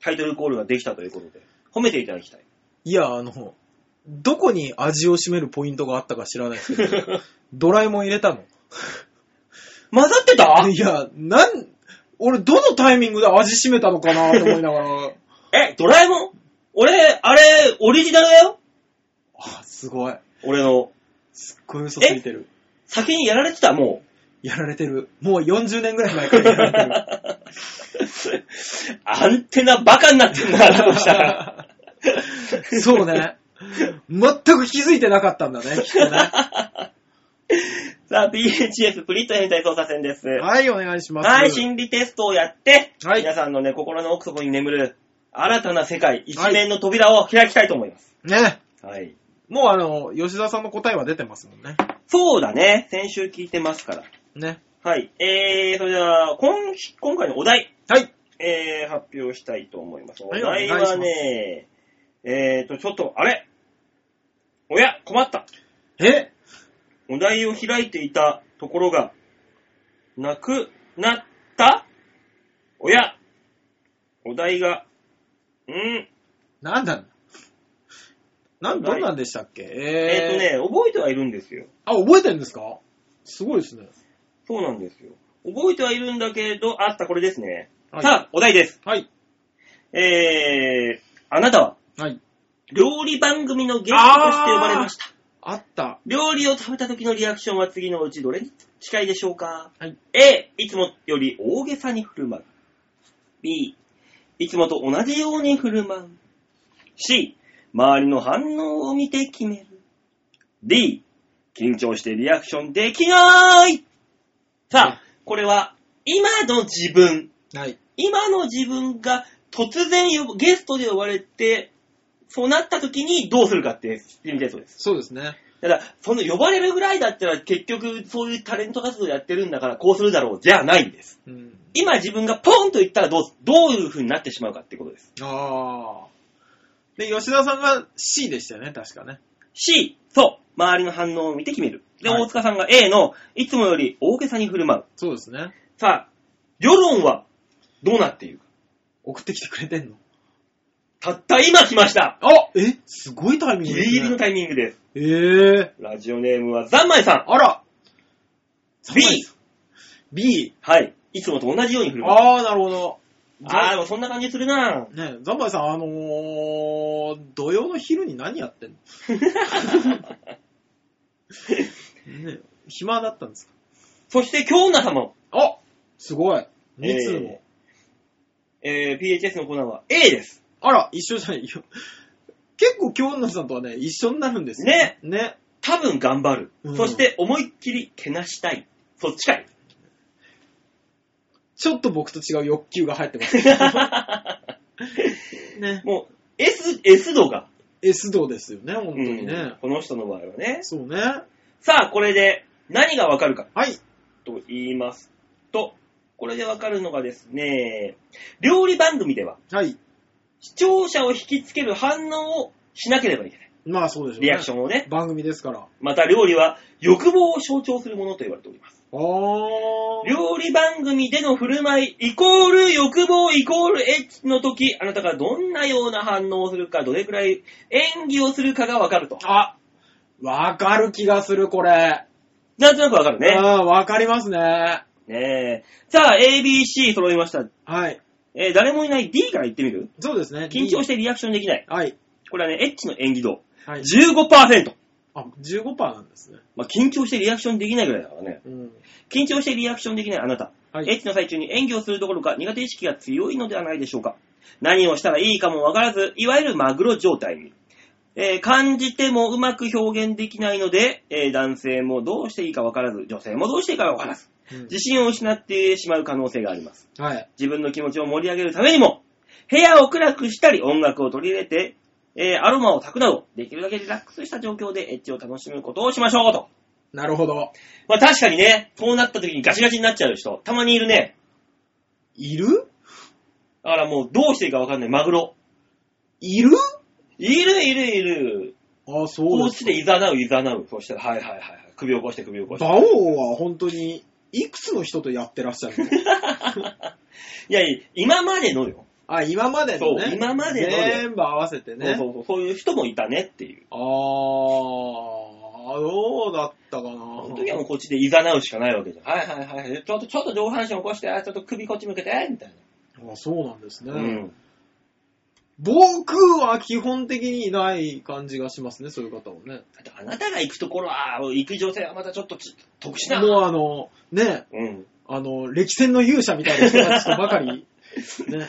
[SPEAKER 1] タイトルコールができたということで、褒めていただ きたい。
[SPEAKER 2] いや、あの、どこに味を占めるポイントがあったか知らないですけど、ドラえもん入れたの。
[SPEAKER 1] 混ざってた
[SPEAKER 2] いや、なん、俺どのタイミングで味占めたのかなと思いながら、
[SPEAKER 1] え、ドラえもん俺、あれ、オリジナルだよ
[SPEAKER 2] あ、すごい。
[SPEAKER 1] 俺の。
[SPEAKER 2] すっごい嘘ついてる。
[SPEAKER 1] 先にやられてた、もう。
[SPEAKER 2] やられてる。もう40年ぐらい前からやられてる。
[SPEAKER 1] アンテナバカになってんだ、と したら。
[SPEAKER 2] そうね。全く気づいてなかったんだね、きっと ね。
[SPEAKER 1] さあ、PHS プリット変態操作戦です。
[SPEAKER 2] はい、お願いします。
[SPEAKER 1] はい、心理テストをやって、
[SPEAKER 2] はい
[SPEAKER 1] 皆さんのね、心の奥底に眠る新たな世界、一面の扉を開きたいと思います。
[SPEAKER 2] ね。
[SPEAKER 1] はい。
[SPEAKER 2] もうあの、吉沢さんの答えは出てますもんね。
[SPEAKER 1] そうだね。先週聞いてますから。
[SPEAKER 2] ね。
[SPEAKER 1] はい。えー、それでは、今、今回のお題、
[SPEAKER 2] はい。
[SPEAKER 1] えー、発表したいと思います。お
[SPEAKER 2] はい
[SPEAKER 1] 題
[SPEAKER 2] お願いし
[SPEAKER 1] は
[SPEAKER 2] ま
[SPEAKER 1] ね、えーと、ちょっと、あれおや、困った。
[SPEAKER 2] え
[SPEAKER 1] お題を開いていたところが、なくなったおや、お題が、うん、
[SPEAKER 2] なんだなん、どんなんでしたっけ
[SPEAKER 1] え
[SPEAKER 2] え
[SPEAKER 1] ーとね、覚えてはいるんですよ。
[SPEAKER 2] あ、覚えてるんですかすごいですね。
[SPEAKER 1] そうなんですよ。覚えてはいるんだけれど、あった、これですね。
[SPEAKER 2] はい
[SPEAKER 1] さあ、お題です。
[SPEAKER 2] はい。
[SPEAKER 1] えー、あなたは、
[SPEAKER 2] はい。
[SPEAKER 1] 料理番組のゲストとして呼ばれました。
[SPEAKER 2] あった。
[SPEAKER 1] 料理を食べた時のリアクションは次のうちどれに近いでしょうか、
[SPEAKER 2] はい
[SPEAKER 1] ?A、いつもより大げさに振る舞う。B、いつもと同じように振る舞う。C、周りの反応を見て決める。D、緊張してリアクションできないさあ、これは今の自分、
[SPEAKER 2] はい。
[SPEAKER 1] 今の自分が突然呼ぶゲストで呼ばれて、そうなった時にどうするかっていうテストです。
[SPEAKER 2] そうですね。
[SPEAKER 1] ただ、その呼ばれるぐらいだったら結局そういうタレント活動やってるんだからこうするだろうじゃないんです。
[SPEAKER 2] うん。
[SPEAKER 1] 今自分がポンと言ったらどう、どういう風になってしまうかってことです。
[SPEAKER 2] ああ。で、吉田さんが C でしたよね、確かね。
[SPEAKER 1] C、そう、周りの反応を見て決める。で、
[SPEAKER 2] はい
[SPEAKER 1] 大塚さんが A の、いつもより大げさに振る舞う。
[SPEAKER 2] そうですね。
[SPEAKER 1] さあ、世論はどうなっているか。
[SPEAKER 2] 送ってきてくれてんの
[SPEAKER 1] たった今来ました。
[SPEAKER 2] あえすごいタイミ
[SPEAKER 1] ギ
[SPEAKER 2] ングで
[SPEAKER 1] リ
[SPEAKER 2] す
[SPEAKER 1] ギリの
[SPEAKER 2] ね。
[SPEAKER 1] タイミングです。
[SPEAKER 2] ええ
[SPEAKER 1] ラジオネームはザンマイさん。
[SPEAKER 2] あら
[SPEAKER 1] B、
[SPEAKER 2] !B!
[SPEAKER 1] はい、いつもと同じように振る舞う。
[SPEAKER 2] ああ、なるほど。
[SPEAKER 1] あー、でもそんな感じするな
[SPEAKER 2] ねザンバイさん、あのー、土曜の昼に何やってんの、ね、暇だったんですか
[SPEAKER 1] そして今日の様
[SPEAKER 2] あすごい !2 通も。
[SPEAKER 1] ええー、PHS のコーナーは A です。
[SPEAKER 2] あら、一緒じゃないよ。 結構京女さんとはね、一緒になるんですよ。
[SPEAKER 1] ね
[SPEAKER 2] ね。
[SPEAKER 1] 多分頑張る。
[SPEAKER 2] うん
[SPEAKER 1] そして思いっきりけなしたい。そっちかい。
[SPEAKER 2] ちょっと僕と違う欲求が入ってます。 ね。
[SPEAKER 1] もう S、S 度が、
[SPEAKER 2] S 道ですよね、本当
[SPEAKER 1] う
[SPEAKER 2] に
[SPEAKER 1] ん
[SPEAKER 2] ね。
[SPEAKER 1] この人の場合はね。
[SPEAKER 2] そうね。
[SPEAKER 1] さあ、これで何がわかるか
[SPEAKER 2] はい。
[SPEAKER 1] と言いますと、これでわかるのがですね、料理番組では
[SPEAKER 2] はい。
[SPEAKER 1] 視聴者を引きつける反応をしなければいけない。
[SPEAKER 2] まあそうでしょうね。
[SPEAKER 1] リアクションをね。
[SPEAKER 2] 番組ですから。
[SPEAKER 1] また料理は欲望を象徴するものと言われております。
[SPEAKER 2] あー。
[SPEAKER 1] 料理番組での振る舞い、イコール欲望、イコールエッチの時、あなたがどんなような反応をするか、どれくらい演技をするかがわかると。
[SPEAKER 2] あ、わかる気がする、これ。
[SPEAKER 1] なんとなくわかるね。
[SPEAKER 2] あー、わかりますね。
[SPEAKER 1] ねえ。さあ、ABC 揃いました。
[SPEAKER 2] はい。
[SPEAKER 1] えー誰もいない D から言ってみる
[SPEAKER 2] そうですね。。
[SPEAKER 1] 緊張しててリアクションできない。
[SPEAKER 2] はい。
[SPEAKER 1] これはね、エッチの演技度。
[SPEAKER 2] はい。
[SPEAKER 1] 15%。
[SPEAKER 2] あ、15%なんですね。
[SPEAKER 1] まあ、緊張してリアクションできないぐらいだからね。
[SPEAKER 2] うん。
[SPEAKER 1] 緊張してリアクションできないあなた。
[SPEAKER 2] はい
[SPEAKER 1] エッチの最中に演技をするどころか苦手意識が強いのではないでしょうか。何をしたらいいかもわからず、いわゆるマグロ状態に。えー感じてもうまく表現できないので、えー男性もどうしていいかわからず、女性もどうしていいかわからず、
[SPEAKER 2] うん
[SPEAKER 1] 自信を失ってしまう可能性があります。
[SPEAKER 2] はい。
[SPEAKER 1] 自分の気持ちを盛り上げるためにも、部屋を暗くしたり、音楽を取り入れて、えーアロマを炊くなど、できるだけリラックスした状況でエッチを楽しむことをしましょうと。
[SPEAKER 2] なるほど。
[SPEAKER 1] まあ確かにね、そうなった時にガチガチになっちゃう人、たまにいるね。
[SPEAKER 2] いる
[SPEAKER 1] だからもうどうしていいかわかんない、マグロ。
[SPEAKER 2] いる
[SPEAKER 1] いるいるいる。
[SPEAKER 2] あ、そう
[SPEAKER 1] こ
[SPEAKER 2] で
[SPEAKER 1] う
[SPEAKER 2] す
[SPEAKER 1] し
[SPEAKER 2] か
[SPEAKER 1] て。いざなういざなう。そうしたら、はいはいはいはい。首を起こして首を起 こして。
[SPEAKER 2] 馬王は本当に、いくつの人とやってらっし ゃるの
[SPEAKER 1] いやいや、今までのよ。
[SPEAKER 2] あ、今までの
[SPEAKER 1] そう
[SPEAKER 2] ね。
[SPEAKER 1] 今までので
[SPEAKER 2] 全部合わせてね。
[SPEAKER 1] そうそうそう、そういう人もいたねっていう。
[SPEAKER 2] あー、どうだったかな。
[SPEAKER 1] その時はもうこっちでいざなうしかないわけじゃん。はいはいはい。ちょっと、ちょっと上半身起こして、あちょっと首こっち向けて、みたい
[SPEAKER 2] あそうなんですね、
[SPEAKER 1] な。うん。
[SPEAKER 2] 僕は基本的にいない感じがしますね、そういう方はね。
[SPEAKER 1] だってあなたが行くところは、行く女性はまたちょっとち特殊な。
[SPEAKER 2] もうあの、ね、
[SPEAKER 1] うん。
[SPEAKER 2] あの、歴戦の勇者みたいな人たちとばか り、ね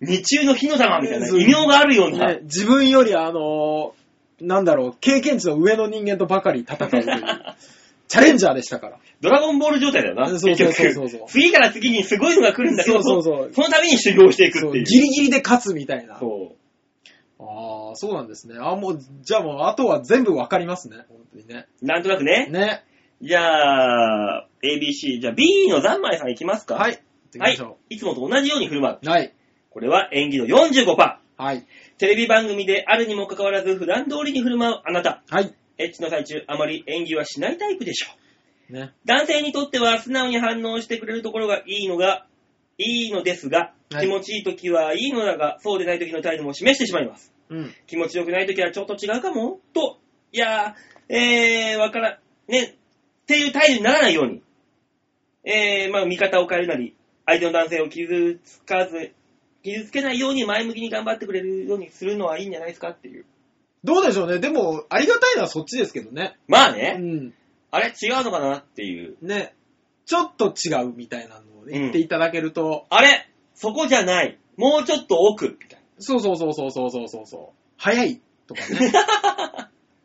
[SPEAKER 1] 日中の火の玉みたいな
[SPEAKER 2] そう
[SPEAKER 1] 異名があるような。
[SPEAKER 2] ね、自分よりあの、 なんだろう、経験値の上の人間とばかり戦うという、チャレンジャーでしたから。
[SPEAKER 1] ドラゴンボール状態だよな。
[SPEAKER 2] そうそうそうそうそう
[SPEAKER 1] 結局次から次にすごいのが来るんだけど、
[SPEAKER 2] そうそうそう
[SPEAKER 1] の度に修行していく
[SPEAKER 2] そ
[SPEAKER 1] っ
[SPEAKER 2] う
[SPEAKER 1] て
[SPEAKER 2] ギ
[SPEAKER 1] いう。
[SPEAKER 2] リギリで勝つみたいな。
[SPEAKER 1] そう。
[SPEAKER 2] ああ、そうなんですね。あもう、じゃあもう、あとは全部わかりますね。本当にね。
[SPEAKER 1] なんとなくね。
[SPEAKER 2] ね。
[SPEAKER 1] じゃあ、ABC、じゃあ B の三枚さんいきますか。。
[SPEAKER 2] はいい。行
[SPEAKER 1] は
[SPEAKER 2] きま
[SPEAKER 1] い
[SPEAKER 2] しょ。
[SPEAKER 1] いつもと同じように振る舞う。
[SPEAKER 2] う。はい。
[SPEAKER 1] これは演技の45%。
[SPEAKER 2] はい。
[SPEAKER 1] テレビ番組であるにもかかわらず普段通りに振る舞うあなた。
[SPEAKER 2] はい。
[SPEAKER 1] エッチの最中、あまり演技はしないタイプでしょう。
[SPEAKER 2] ね。
[SPEAKER 1] 男性にとっては素直に反応してくれるところがいいのが、いいのですが、
[SPEAKER 2] は
[SPEAKER 1] 気
[SPEAKER 2] い
[SPEAKER 1] 持ちいい時はいいのだが、そうでない時の態度も示してしまいます。
[SPEAKER 2] うん。
[SPEAKER 1] 気持ちよくない時はちょっと違うかもと、いやー、えー、わからん、ね、っていう態度にならないように、えー、まあ、見方を変えるなり、相手の男性を傷つかず、傷つけないように前向きに頑張ってくれるようにするのはいいんじゃないですかっていう。
[SPEAKER 2] どうでしょうね。でも、ありがたいのはそっちですけどね。
[SPEAKER 1] まあ
[SPEAKER 2] う
[SPEAKER 1] ね、
[SPEAKER 2] ん。
[SPEAKER 1] あれ違うのかなっていう。
[SPEAKER 2] ね。ちょっと違うみたいなのを言っていただけると、
[SPEAKER 1] あれそこじゃない。もうちょっと奥。みたい
[SPEAKER 2] そうそうそうそうそうそうそうそう。早いとか ね。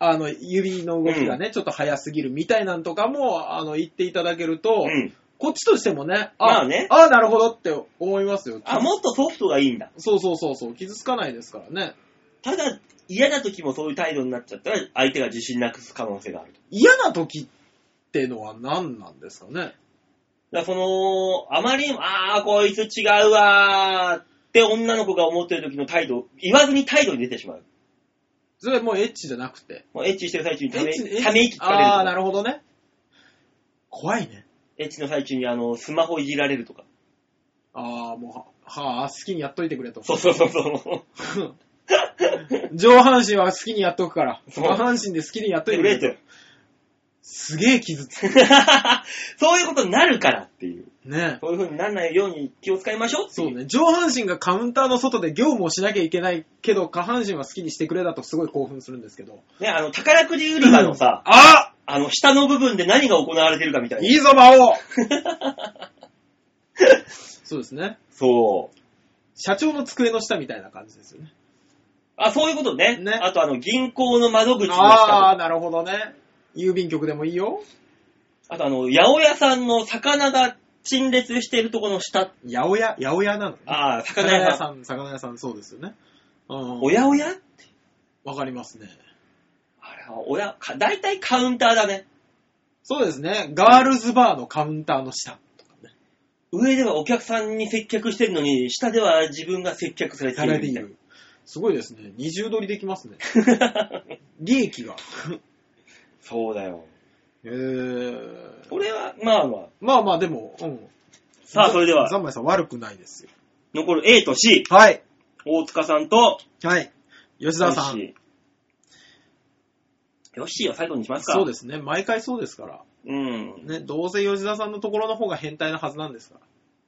[SPEAKER 2] あの、指の動きがね、ちょっと早すぎるみたいなんとかも、あの、言っていただけると、
[SPEAKER 1] な。うん。
[SPEAKER 2] こっちとしてもね、あ、
[SPEAKER 1] まあね
[SPEAKER 2] あなるほどって思いますよ。
[SPEAKER 1] あ、もっとソフトがいいんだ。
[SPEAKER 2] そうそうそうそう、傷つかないですからね。
[SPEAKER 1] ただ、嫌な時もそういう態度になっちゃったら、相手が自信なくす可能性があると。
[SPEAKER 2] 嫌な時ってのは何なんですかね。
[SPEAKER 1] だからその、あまりにも、あー、こいつ違うわーって女の子が思ってる時の態度、言わずに態度に出てしまう。
[SPEAKER 2] それもうエッチじゃなくて。
[SPEAKER 1] もうエッチしてる最中
[SPEAKER 2] エ
[SPEAKER 1] にため
[SPEAKER 2] ッチ、エッチ
[SPEAKER 1] ため息つかれると
[SPEAKER 2] ああ、な
[SPEAKER 1] か。
[SPEAKER 2] るほどね。怖いね。
[SPEAKER 1] エッチの最中にあの、スマホいじられるとか。
[SPEAKER 2] ああ、もう、ははあ、好きにやっといてくれと。
[SPEAKER 1] そうそうそう そう。
[SPEAKER 2] 上半身は好きにやっとくから。
[SPEAKER 1] そう
[SPEAKER 2] 下半身で好きにやっといて
[SPEAKER 1] 売
[SPEAKER 2] くれ
[SPEAKER 1] れ
[SPEAKER 2] と。
[SPEAKER 1] て。
[SPEAKER 2] すげえ傷つく。
[SPEAKER 1] そういうことになるからっていう。
[SPEAKER 2] ね
[SPEAKER 1] そういう風にならないように気を使いましょうってい
[SPEAKER 2] そうね。上半身がカウンターの外で業務をしなきゃいけないけど、下半身は好きにしてくれだとすごい興奮するんですけど。
[SPEAKER 1] ね、あの、宝くじ売り場のさ、
[SPEAKER 2] あ
[SPEAKER 1] あの、下の部分で何が行われてるかみたい
[SPEAKER 2] い
[SPEAKER 1] な。
[SPEAKER 2] いぞ、魔王そうですね。
[SPEAKER 1] そう。
[SPEAKER 2] 社長の机の下みたいな感じですよね。
[SPEAKER 1] あ、そういうことね。
[SPEAKER 2] ね
[SPEAKER 1] あと、あの、銀行の窓口の
[SPEAKER 2] あ
[SPEAKER 1] 下
[SPEAKER 2] あ、なるほどね。郵便局でもいいよ。
[SPEAKER 1] あと、あの、八百屋さんの魚が陳列してるところの下。
[SPEAKER 2] 八百屋、八百屋なの、ね。
[SPEAKER 1] ああ、魚
[SPEAKER 2] 魚
[SPEAKER 1] 屋
[SPEAKER 2] 屋
[SPEAKER 1] さん。
[SPEAKER 2] さ ん、魚屋さん、そうですよね。うん。
[SPEAKER 1] おやおや
[SPEAKER 2] わかりますね。
[SPEAKER 1] あれは、おや、か大体カウンターだね。
[SPEAKER 2] そうですね。ガールズバーのカウンターの下とかね。
[SPEAKER 1] 上ではお客さんに接客してるのに、下では自分が接客されて
[SPEAKER 2] サ
[SPEAKER 1] い
[SPEAKER 2] ラ
[SPEAKER 1] る
[SPEAKER 2] リ
[SPEAKER 1] み
[SPEAKER 2] ー
[SPEAKER 1] たい
[SPEAKER 2] ム。すごいですね。二重取りできますね。
[SPEAKER 1] な。
[SPEAKER 2] 利益が。
[SPEAKER 1] そうだよ。
[SPEAKER 2] えー。
[SPEAKER 1] これは、まあまあ。
[SPEAKER 2] まあまあでも、うん。
[SPEAKER 1] さあ、それで
[SPEAKER 2] ざ
[SPEAKER 1] は、
[SPEAKER 2] んまいさん悪くないですよ。
[SPEAKER 1] 残る A と C。
[SPEAKER 2] はい。
[SPEAKER 1] 大塚さんと、
[SPEAKER 2] はい。吉沢さ
[SPEAKER 1] ヨ
[SPEAKER 2] ん。
[SPEAKER 1] ッシー。ヨッシーを最後にしますか。。
[SPEAKER 2] そうですすね。毎回そうですから。
[SPEAKER 1] うん。
[SPEAKER 2] ね、どうせ吉田さんのところの方が変態なはずなんですか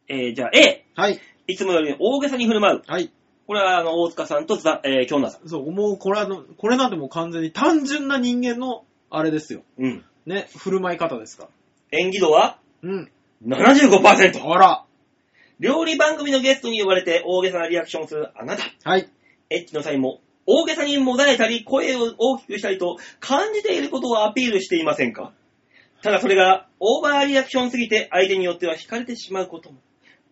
[SPEAKER 1] えー、じゃあ A。
[SPEAKER 2] ら。はい。
[SPEAKER 1] いつもより大げさに振る舞う。
[SPEAKER 2] はい。
[SPEAKER 1] これは、あの、大塚さんとザ、えー、京奈さ
[SPEAKER 2] そう、もうこれはの、これなんてもう完全に単純な人間の、あれですよ。
[SPEAKER 1] ん。うん。
[SPEAKER 2] ね、振る舞い方ですから。
[SPEAKER 1] 演技度は
[SPEAKER 2] うん。
[SPEAKER 1] 75%。
[SPEAKER 2] あら。
[SPEAKER 1] 料理番組のゲストに呼ばれて大げさなリアクションをするあなた。
[SPEAKER 2] はい。
[SPEAKER 1] エッチの際も、大げさにもだえたり、声を大きくしたりと、感じていることをアピールしていませんかただそれが、オーバーリアクションすぎて、相手によっては惹かれてしまうことも。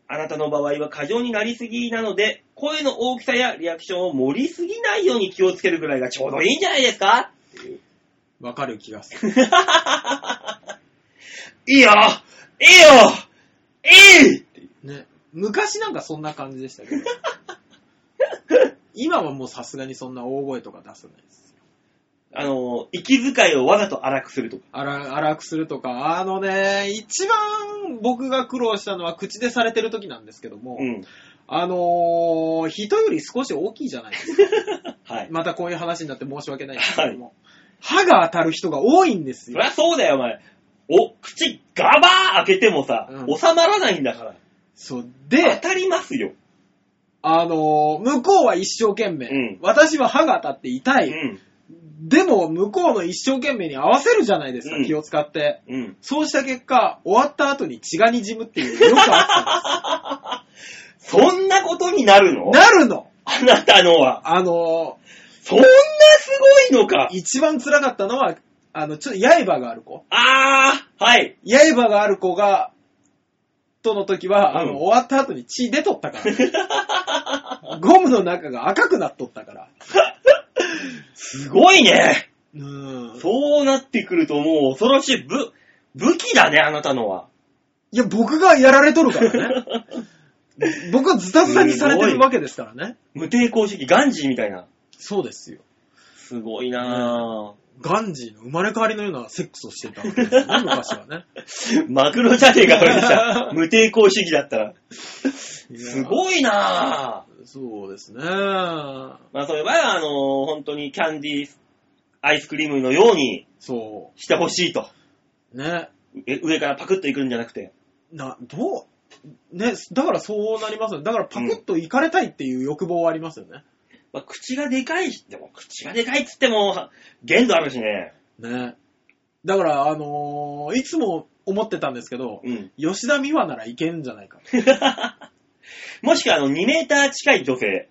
[SPEAKER 1] あなたの場合は過剰になりすぎなので、声の大きさやリアクションを盛りすぎないように気をつけるぐらいがちょうどいいんじゃないですか
[SPEAKER 2] わかる気がす る。
[SPEAKER 1] いいよいいよいい
[SPEAKER 2] ね。昔なんかそんな感じでしたけ ど。今はもうさすがにそんな大声とか出さないです。
[SPEAKER 1] あの、息遣いをわざと荒くするとか。
[SPEAKER 2] 荒荒くするとか、あのね、一番僕が苦労したのは口でされてる時なんですけども、
[SPEAKER 1] うん。
[SPEAKER 2] あのー、人より少し大きいじゃないですか
[SPEAKER 1] はい。
[SPEAKER 2] またこういう話になって申し訳ないんですけども、歯が当たる人が多いんです
[SPEAKER 1] そり
[SPEAKER 2] よ。
[SPEAKER 1] ゃそうだよ、お前。お、口ガバー開けてもさ、
[SPEAKER 2] うん
[SPEAKER 1] 収まらないんだから。
[SPEAKER 2] そう。
[SPEAKER 1] 当
[SPEAKER 2] で、
[SPEAKER 1] たりますよ。
[SPEAKER 2] あのー向こうは一生懸命、
[SPEAKER 1] うん
[SPEAKER 2] 私は歯が当たって痛
[SPEAKER 1] う
[SPEAKER 2] い、
[SPEAKER 1] ん。
[SPEAKER 2] でも向こうの一生懸命に合わせるじゃないですか、
[SPEAKER 1] うん
[SPEAKER 2] 気を使って。
[SPEAKER 1] うん。
[SPEAKER 2] そうした結果、終わった後に血が滲むっていう、よくあっ
[SPEAKER 1] そんなことになる
[SPEAKER 2] たん
[SPEAKER 1] の
[SPEAKER 2] です。なるの
[SPEAKER 1] あなたのは。
[SPEAKER 2] あの
[SPEAKER 1] そんなすごいのか
[SPEAKER 2] ー。一番辛かったのは、あの、ちょっと刃がある子。
[SPEAKER 1] あーはい
[SPEAKER 2] 刃がある子が、との時は、あ
[SPEAKER 1] うん
[SPEAKER 2] の、終わった後に血出とった から。ゴムの中が赤くなっとったから。
[SPEAKER 1] すごいね
[SPEAKER 2] うん。
[SPEAKER 1] そうなってくるともう恐ろしい武、武器だね、あなたのは。
[SPEAKER 2] いや、僕がやられとる からね。僕はズタズタにされてるわけですからね。
[SPEAKER 1] 無抵抗主義、ガンジーみたいな。
[SPEAKER 2] そうですよ。
[SPEAKER 1] すごいな
[SPEAKER 2] ガンジーの生まれ変わりのようなセックスをしてたわけですよね、昔はね。
[SPEAKER 1] ぁ。 マグロじゃねえか、これじゃ あ。無抵抗主義だったら。す
[SPEAKER 2] すい
[SPEAKER 1] ごいなぁ。
[SPEAKER 2] や。そうですね。そ
[SPEAKER 1] まあ、そういう場合は、あのー本当にキャンディー、アイスクリームのようにしてほしいと。
[SPEAKER 2] う。ね。
[SPEAKER 1] え上からパクッといくんじゃなくて。
[SPEAKER 2] な、どう、ね、だからそうなりますよね。だからパクッと行かれたいっていう欲望はありますよね。
[SPEAKER 1] まあ、口がでかいし、でも口がでかいっつっても、限度あるしね。
[SPEAKER 2] ね。だから、あのーいつも思ってたんですけど、
[SPEAKER 1] うん。
[SPEAKER 2] 吉田美和ならいけんじゃないか。
[SPEAKER 1] もしくは、あの、2メーター近い女性。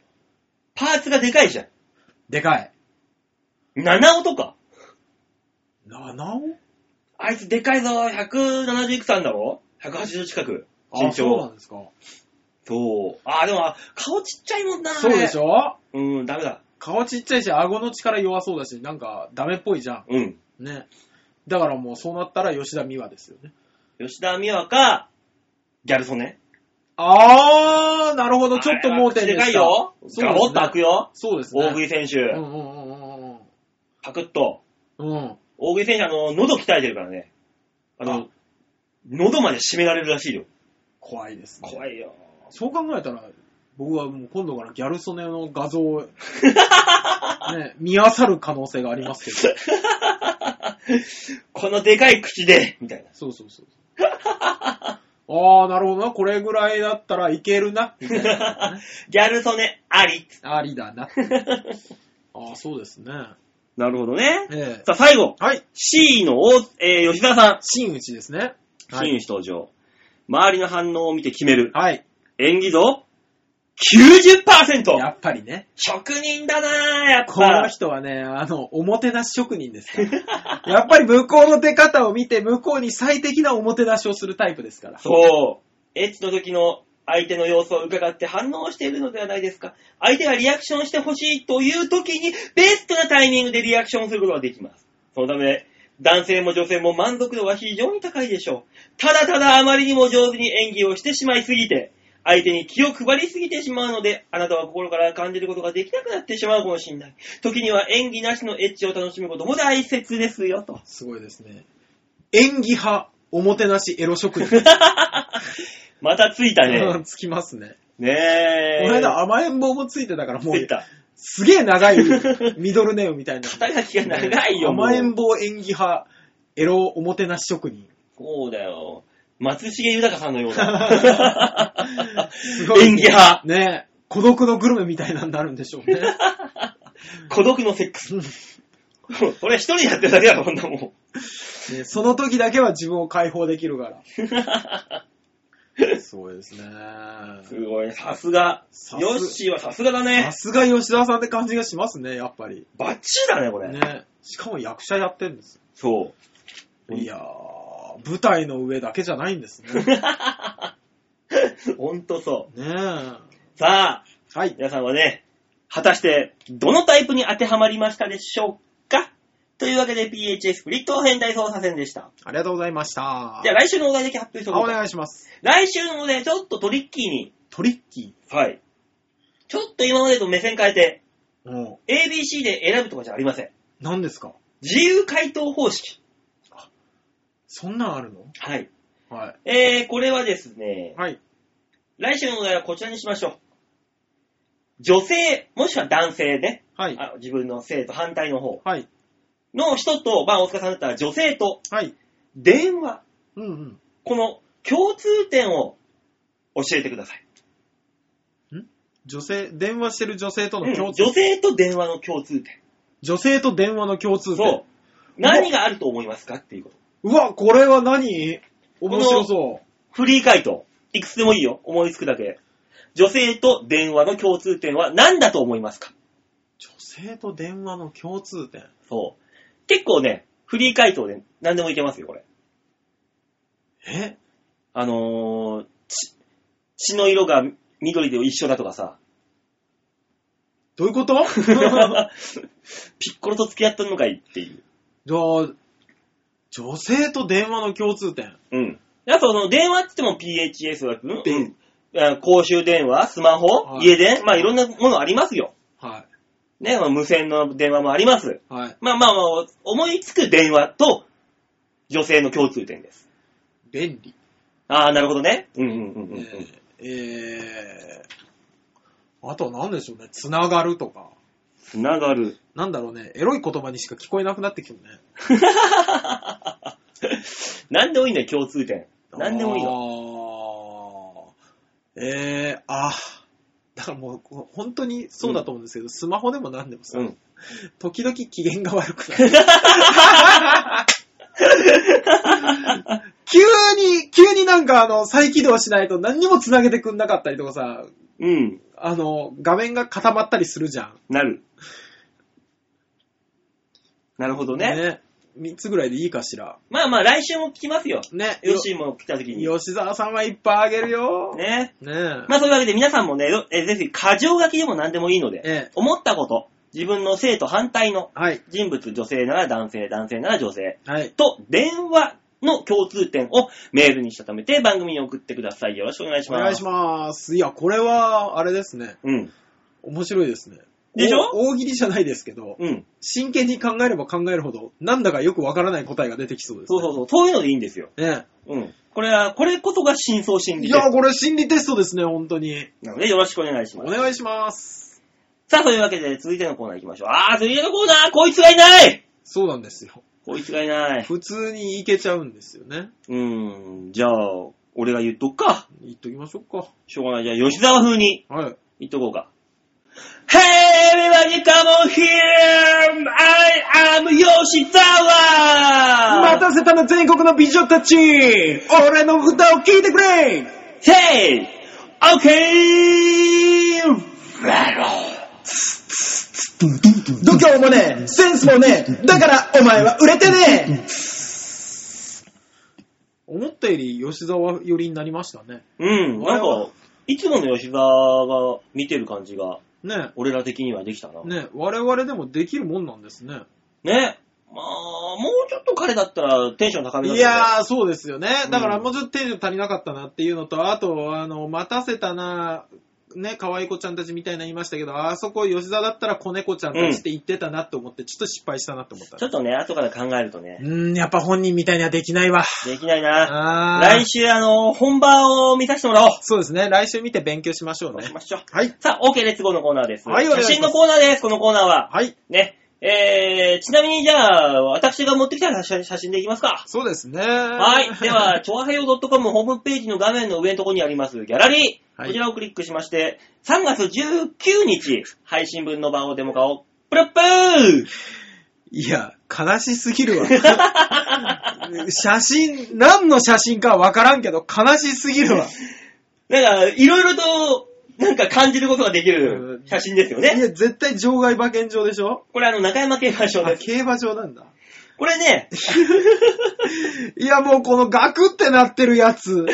[SPEAKER 1] パーツがでかいじゃん。
[SPEAKER 2] でかい。
[SPEAKER 1] 七尾とか。
[SPEAKER 2] 七尾
[SPEAKER 1] あいつでかいぞ、170いくつあんだろ ?180 近く。
[SPEAKER 2] あ、
[SPEAKER 1] 身
[SPEAKER 2] そうな
[SPEAKER 1] 長。
[SPEAKER 2] んですか。
[SPEAKER 1] そう。あ、でも、顔ちっちゃいもんな。
[SPEAKER 2] そうでし
[SPEAKER 1] ょ。
[SPEAKER 2] ょ
[SPEAKER 1] うん、ダメだ。
[SPEAKER 2] 顔ちっちゃいし、顎の力弱そうだし、なんかダメっぽいじゃ
[SPEAKER 1] うん。
[SPEAKER 2] ん。ね。だからもうそうなったら吉田美和ですよね。
[SPEAKER 1] 吉田美和か、ギャル曽根。
[SPEAKER 2] あー、なるほど。ちょっと盲点
[SPEAKER 1] で
[SPEAKER 2] で
[SPEAKER 1] か
[SPEAKER 2] し
[SPEAKER 1] い
[SPEAKER 2] た。
[SPEAKER 1] よ。
[SPEAKER 2] そうですね
[SPEAKER 1] ガボッと開くよ。
[SPEAKER 2] そうですね。
[SPEAKER 1] 大食い選手。
[SPEAKER 2] うんうんうん
[SPEAKER 1] パクッと。
[SPEAKER 2] うんうん。うん。
[SPEAKER 1] 大食い選手、あの、喉鍛えてるからね。あの
[SPEAKER 2] あ、
[SPEAKER 1] 喉まで締められるらしいよ。
[SPEAKER 2] 怖いですね。
[SPEAKER 1] 怖いよ。
[SPEAKER 2] そう考えたら、僕はもう今度からギャル曽根の画像を、ね、見漁る可能性がありますけど。
[SPEAKER 1] このでかい口で、みたいな。
[SPEAKER 2] そうそうそう。ああ、なるほどな。これぐらいだったらいけるな。みたいなね
[SPEAKER 1] ギャル曽根あり。
[SPEAKER 2] ありだな。ああ、そうですね。
[SPEAKER 1] なるほどね。
[SPEAKER 2] ええ
[SPEAKER 1] さあ、最後。
[SPEAKER 2] はい。
[SPEAKER 1] C の大、えー吉田さん。
[SPEAKER 2] 真打ちですね。は
[SPEAKER 1] 真
[SPEAKER 2] い。
[SPEAKER 1] 打ち登場。周りの反応を見て決める。
[SPEAKER 2] はい。
[SPEAKER 1] 演技度 90%!
[SPEAKER 2] やっぱりね。
[SPEAKER 1] 職人だなぁ、やっ
[SPEAKER 2] この
[SPEAKER 1] ぱ。
[SPEAKER 2] 人はね、あの、おもてなし職人ですから。やっぱり向こうの出方を見て、向こうに最適なおもてなしをするタイプですから。
[SPEAKER 1] そう。エッチの時の相手の様子を伺って反応しているのではないですか。相手がリアクションしてほしいという時に、ベストなタイミングでリアクションすることができます。そのため、男性も女性も満足度は非常に高いでしょう。ただただあまりにも上手に演技をしてしまいすぎて、相手に気を配りすぎてしまうので、あなたは心から感じることができなくなってしまうかもしれない。時には演技なしのエッチを楽しむことも大切ですよ、と。
[SPEAKER 2] すごいですね。演技派、おもてなしエロ職人。
[SPEAKER 1] またついた ね。
[SPEAKER 2] つきますね。
[SPEAKER 1] ねえ。
[SPEAKER 2] この間甘えん坊もついてたから、も、
[SPEAKER 1] ついうた。
[SPEAKER 2] すげ え長いミドルネームみたいな。
[SPEAKER 1] 肩書きが長いよ、もう
[SPEAKER 2] 甘えん坊演技派、エロおもてなし職人。
[SPEAKER 1] そうだよ。松重豊さんのような。
[SPEAKER 2] すごい
[SPEAKER 1] 演技派。
[SPEAKER 2] ねえ、孤独のグルメみたいなのになるんでしょう ね。
[SPEAKER 1] 孤独のセックス。それ一人やってるだけだろ、こんなもん。
[SPEAKER 2] ねその時だけは自分を解放できるから。すごいですね。
[SPEAKER 1] すごいね。さすが。
[SPEAKER 2] さす
[SPEAKER 1] ヨッシーはさすがだ
[SPEAKER 2] さ
[SPEAKER 1] ね。
[SPEAKER 2] すが吉田さんって感じがしますね、やっぱり。
[SPEAKER 1] バッチリだね、これ。
[SPEAKER 2] ね。しかも役者やってんです
[SPEAKER 1] そ
[SPEAKER 2] よ。
[SPEAKER 1] うん
[SPEAKER 2] いやー、舞台の上だけじゃないんです ね。ね
[SPEAKER 1] う。ほんとそ
[SPEAKER 2] え。
[SPEAKER 1] う。さあ、
[SPEAKER 2] はい。
[SPEAKER 1] 皆さんはね、果たして、どのタイプに当てはまりましたでしょうかというわけで PHS フリット変態操作戦でした。
[SPEAKER 2] ありがとうございました。
[SPEAKER 1] じゃあ来週のお題だけ発表し
[SPEAKER 2] あ
[SPEAKER 1] よ
[SPEAKER 2] お
[SPEAKER 1] うか。
[SPEAKER 2] 願いします。
[SPEAKER 1] 来週のお題、ちょっとトリッキーに
[SPEAKER 2] トリッキ
[SPEAKER 1] はい。ちょっと今までと目線変えて、
[SPEAKER 2] ー。うん。
[SPEAKER 1] ABC で選ぶとかじゃありません。
[SPEAKER 2] 何ですか
[SPEAKER 1] 自由回答方式。
[SPEAKER 2] そんなんあるの
[SPEAKER 1] はい。
[SPEAKER 2] はい。
[SPEAKER 1] えー、これはですね、
[SPEAKER 2] はい。
[SPEAKER 1] 来週のお題はこちらにしましょう。女性、もしくは男性ね、
[SPEAKER 2] はい。
[SPEAKER 1] あ自分の性と反対の方
[SPEAKER 2] はい。
[SPEAKER 1] の人と、まあ、大塚さんだったら女性と
[SPEAKER 2] はい。
[SPEAKER 1] 電話、
[SPEAKER 2] うんうん。
[SPEAKER 1] この共通点を教えてください。
[SPEAKER 2] 女性、電話してる女性と
[SPEAKER 1] う
[SPEAKER 2] の
[SPEAKER 1] ん
[SPEAKER 2] 共
[SPEAKER 1] 女
[SPEAKER 2] 通、
[SPEAKER 1] 性と電話の共通点。
[SPEAKER 2] 女性と電話の共通点。
[SPEAKER 1] そう。何があると思いますかっていうこと。
[SPEAKER 2] うわ、これは何面白そ
[SPEAKER 1] フリー回答。いくつでもいいよ。思いつくだけ。女性と電話の共通点は何だと思いますか
[SPEAKER 2] う。女性と電話の共通点。
[SPEAKER 1] そう。結構ね、フリー回答で何でもいけますよ、これ。
[SPEAKER 2] え
[SPEAKER 1] あのー、血、血の色が緑で一緒だとかさ。
[SPEAKER 2] どういうこと
[SPEAKER 1] ピ
[SPEAKER 2] じゃ
[SPEAKER 1] ッ
[SPEAKER 2] あ、
[SPEAKER 1] コロと付き合ってんのかいっていう。
[SPEAKER 2] 女性と電話の共通点。
[SPEAKER 1] うん。あと、その電話って言っても PHS だけど、
[SPEAKER 2] で
[SPEAKER 1] うんあ公衆電話、スマホ、
[SPEAKER 2] はい
[SPEAKER 1] 家電、まあいろんなものありますよ。
[SPEAKER 2] は
[SPEAKER 1] ね、まあ無線の電話もあります。
[SPEAKER 2] い。はい。
[SPEAKER 1] まあまあまあ、思いつく電話と女性の共通点です。
[SPEAKER 2] 便利。
[SPEAKER 1] ああ、なるほどね。うんうんうんうんうん。
[SPEAKER 2] えー、えー、あとは何でしょうね。つながるとか。
[SPEAKER 1] つながる。
[SPEAKER 2] なんだろうね。エロい言葉にしか聞こえなくなってきてるね。
[SPEAKER 1] なんでもいいね、共通点。なんでもいいの。
[SPEAKER 2] の。えー、あーだからもう、こう本当にそうだと思うんですけど、スマホでも何でもさ、
[SPEAKER 1] うん。
[SPEAKER 2] 時々機嫌が悪くな る。急に、急になんかあの、再起動しないと何にも繋げてくんなかったりとかさ、
[SPEAKER 1] うん。
[SPEAKER 2] あの、画面が固まったりするじゃん。
[SPEAKER 1] なる。なるほどね。
[SPEAKER 2] 3つぐらいでいいかしら。
[SPEAKER 1] まあまあ、来週も聞きますよ。
[SPEAKER 2] ね。
[SPEAKER 1] ヨッシーも来た時に。
[SPEAKER 2] よ吉沢さんはいっぱいあげるよ。ね
[SPEAKER 1] ね。
[SPEAKER 2] え。
[SPEAKER 1] まあ、そういうわけで皆さんもね、よえぜひ、過剰書きでも何でもいいので、
[SPEAKER 2] ええ。
[SPEAKER 1] 思ったこと、自分の性と反対の
[SPEAKER 2] はい。
[SPEAKER 1] 人物、女性なら男性、男性なら女性、
[SPEAKER 2] はい。
[SPEAKER 1] と電話の共通点をメールにしたためて番組に送ってください。よろしくお願いし
[SPEAKER 2] お
[SPEAKER 1] ます。
[SPEAKER 2] 願いします。いや、これは、あれですね。
[SPEAKER 1] うん。
[SPEAKER 2] 面白いですね。
[SPEAKER 1] でしょ
[SPEAKER 2] お大喜利じゃないですけど、
[SPEAKER 1] うん。
[SPEAKER 2] 真剣に考えれば考えるほど、なんだかよくわからない答えが出てきそうです、
[SPEAKER 1] そ
[SPEAKER 2] ね。
[SPEAKER 1] うそうそう。そういうのでいいんですよ。
[SPEAKER 2] う。ね
[SPEAKER 1] うん。これは、これこそが真相心理テ
[SPEAKER 2] い
[SPEAKER 1] ス
[SPEAKER 2] や、
[SPEAKER 1] ト
[SPEAKER 2] これ心理テストですね、本当に。
[SPEAKER 1] なので、よろしくお願いしま
[SPEAKER 2] お
[SPEAKER 1] す。
[SPEAKER 2] 願いします。
[SPEAKER 1] さあ、というわけで、続いてのコーナー行きましょう。あー、続いてのコーナーこいつがいない
[SPEAKER 2] そうなんですよ。
[SPEAKER 1] こいつがいない。
[SPEAKER 2] 普通にいけちゃうんですよね。
[SPEAKER 1] うーん、じゃあ、俺が言っとくか。
[SPEAKER 2] 言っときましょうか。
[SPEAKER 1] しょうがない。じゃあ、吉沢風に
[SPEAKER 2] はい。
[SPEAKER 1] 言っとこうか。Hey, everybody, come on here! I am 吉沢
[SPEAKER 2] 待たせたな全国の美女たち俺の歌を聴いてくれ
[SPEAKER 1] Hey! Okay! ラロ
[SPEAKER 2] 度胸もねセンスもねだからお前は売れてね思ったより吉沢寄りになりましたね。
[SPEAKER 1] うん、なんか、いつもの吉沢が見てる感じが、
[SPEAKER 2] ね
[SPEAKER 1] 俺ら的にはできたな。ね。
[SPEAKER 2] ね我々でもできるもんなんですね。
[SPEAKER 1] まあ、もうちょっと彼だったらテンション高めだ
[SPEAKER 2] い
[SPEAKER 1] ったね
[SPEAKER 2] やー、そうですよね。だから
[SPEAKER 1] うん
[SPEAKER 2] もうちょっとテンション足りなかったなっていうのと、あと、あの、待たせたな、ね、可愛い子ちゃんたちみたいな言いましたけど、あそこ吉沢だったら子猫ちゃんたちって言ってたなって思って、ちょっと失敗したなって思った
[SPEAKER 1] ち。ょっとね、後から考えるとね、
[SPEAKER 2] うーん、やっぱ本人みたいにはできないわ。
[SPEAKER 1] できないな。
[SPEAKER 2] あー
[SPEAKER 1] 来週、あの、本番を見させてもらおう。
[SPEAKER 2] そうですね。来週見て勉強しましょう
[SPEAKER 1] そう
[SPEAKER 2] ね
[SPEAKER 1] し。ましょう。
[SPEAKER 2] はい。
[SPEAKER 1] さあ、OK レッツゴーのコーナーです。
[SPEAKER 2] はいお願いしま
[SPEAKER 1] 写
[SPEAKER 2] す
[SPEAKER 1] 真のコーナーです、このコーナーは。
[SPEAKER 2] はい。
[SPEAKER 1] ね。えー、ちなみにじゃあ、私が持ってきた写写真でいきますか。
[SPEAKER 2] そうですね。
[SPEAKER 1] はい。で、は、超平洋 .com ホームページの画面の上のところにありますギャラリー。
[SPEAKER 2] はい
[SPEAKER 1] こちらをクリックしまして、3月19日、配信分の番号デモ化を、プルップー
[SPEAKER 2] いや、悲しすぎるわ。 写真、何の写真かわからんけど、悲しすぎるわ。
[SPEAKER 1] なんか、いろいろと、なんか感じることができる写真ですよ
[SPEAKER 2] い
[SPEAKER 1] ね。
[SPEAKER 2] や、絶対場外馬券場でしょ
[SPEAKER 1] これあの、中山競馬場
[SPEAKER 2] あ、
[SPEAKER 1] です。
[SPEAKER 2] 競馬場なんだ。
[SPEAKER 1] これね、
[SPEAKER 2] いや、もうこのガクってなってるやつ。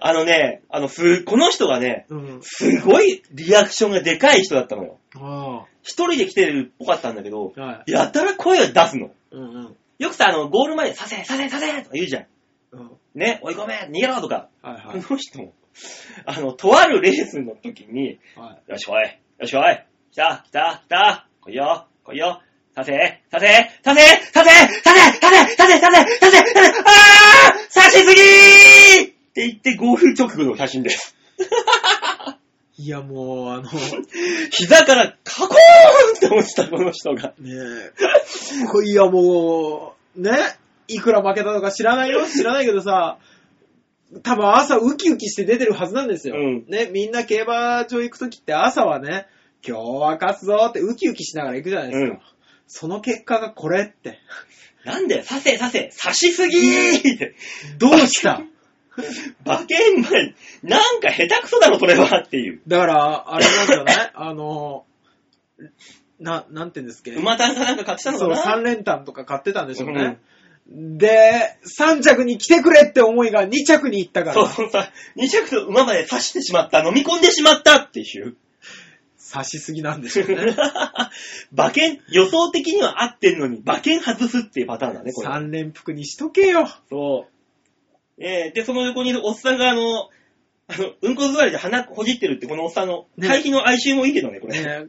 [SPEAKER 1] あのね、あの、す、この人がね、
[SPEAKER 2] うん。
[SPEAKER 1] すごいリアクションがでかい人だったのよ。
[SPEAKER 2] あ
[SPEAKER 1] 一人で来てるっぽかったんだけど、
[SPEAKER 2] あ。はい。
[SPEAKER 1] やたら声を出すの。
[SPEAKER 2] うんうん。
[SPEAKER 1] よくさ、あの、ゴール前で、させ、させ、させとか言うじゃん。
[SPEAKER 2] うん。
[SPEAKER 1] ね、追い込め、逃げろとか。
[SPEAKER 2] はいは
[SPEAKER 1] こ
[SPEAKER 2] い。
[SPEAKER 1] の人も、あの、とあるレースの時に、
[SPEAKER 2] はい。
[SPEAKER 1] よし来い、よし来い、来た、来た、来た、来いよ、来いよ、させ、させ、させ、させ、させ、させ、させ、させ、させ、させ、あー差しすぎーって言ってゴール直後の写真です。
[SPEAKER 2] いや、もう、あの、
[SPEAKER 1] 膝からカコーンって落ちたこの人が。
[SPEAKER 2] ねえ。こ いや、もう、ね。いくら負けたのか知らないよ。知らないけどさ、多分朝ウキウキして出てるはずなんですよ。
[SPEAKER 1] うん
[SPEAKER 2] ね、みんな競馬場行くときって朝はね、今日は勝つぞってウキウキしながら行くじゃないです
[SPEAKER 1] う
[SPEAKER 2] か。
[SPEAKER 1] ん
[SPEAKER 2] その結果がこれって。
[SPEAKER 1] なんで、させ、させ、差しすぎーって。
[SPEAKER 2] どうした
[SPEAKER 1] 馬券前、なんか下手くそだろ、それはっていう。
[SPEAKER 2] だから、あれなんじ ゃないあの、な、なんて言うんですっけ
[SPEAKER 1] 馬単かなんか隠したのか
[SPEAKER 2] そう、
[SPEAKER 1] な
[SPEAKER 2] 三連単とか買ってたんでしょう
[SPEAKER 1] うん
[SPEAKER 2] ね。で、3着に来てくれって思いが2着に行ったか
[SPEAKER 1] そう
[SPEAKER 2] ら、
[SPEAKER 1] そう さ、2着と馬まで刺してしまった、飲み込んでしまったっていう。
[SPEAKER 2] 差しすぎなんでしょうね。
[SPEAKER 1] 馬券、予想的には合ってるのに、馬券外すっていうパターンだね、これ。
[SPEAKER 2] 3連服にしとけよ。
[SPEAKER 1] そう。えー、で、その横にいるおっさんが、あの、あの、うんこ座りで鼻ほじってるって、このおっさんの、
[SPEAKER 2] ね
[SPEAKER 1] 回避の哀愁もいいけど ね、これ。
[SPEAKER 2] ね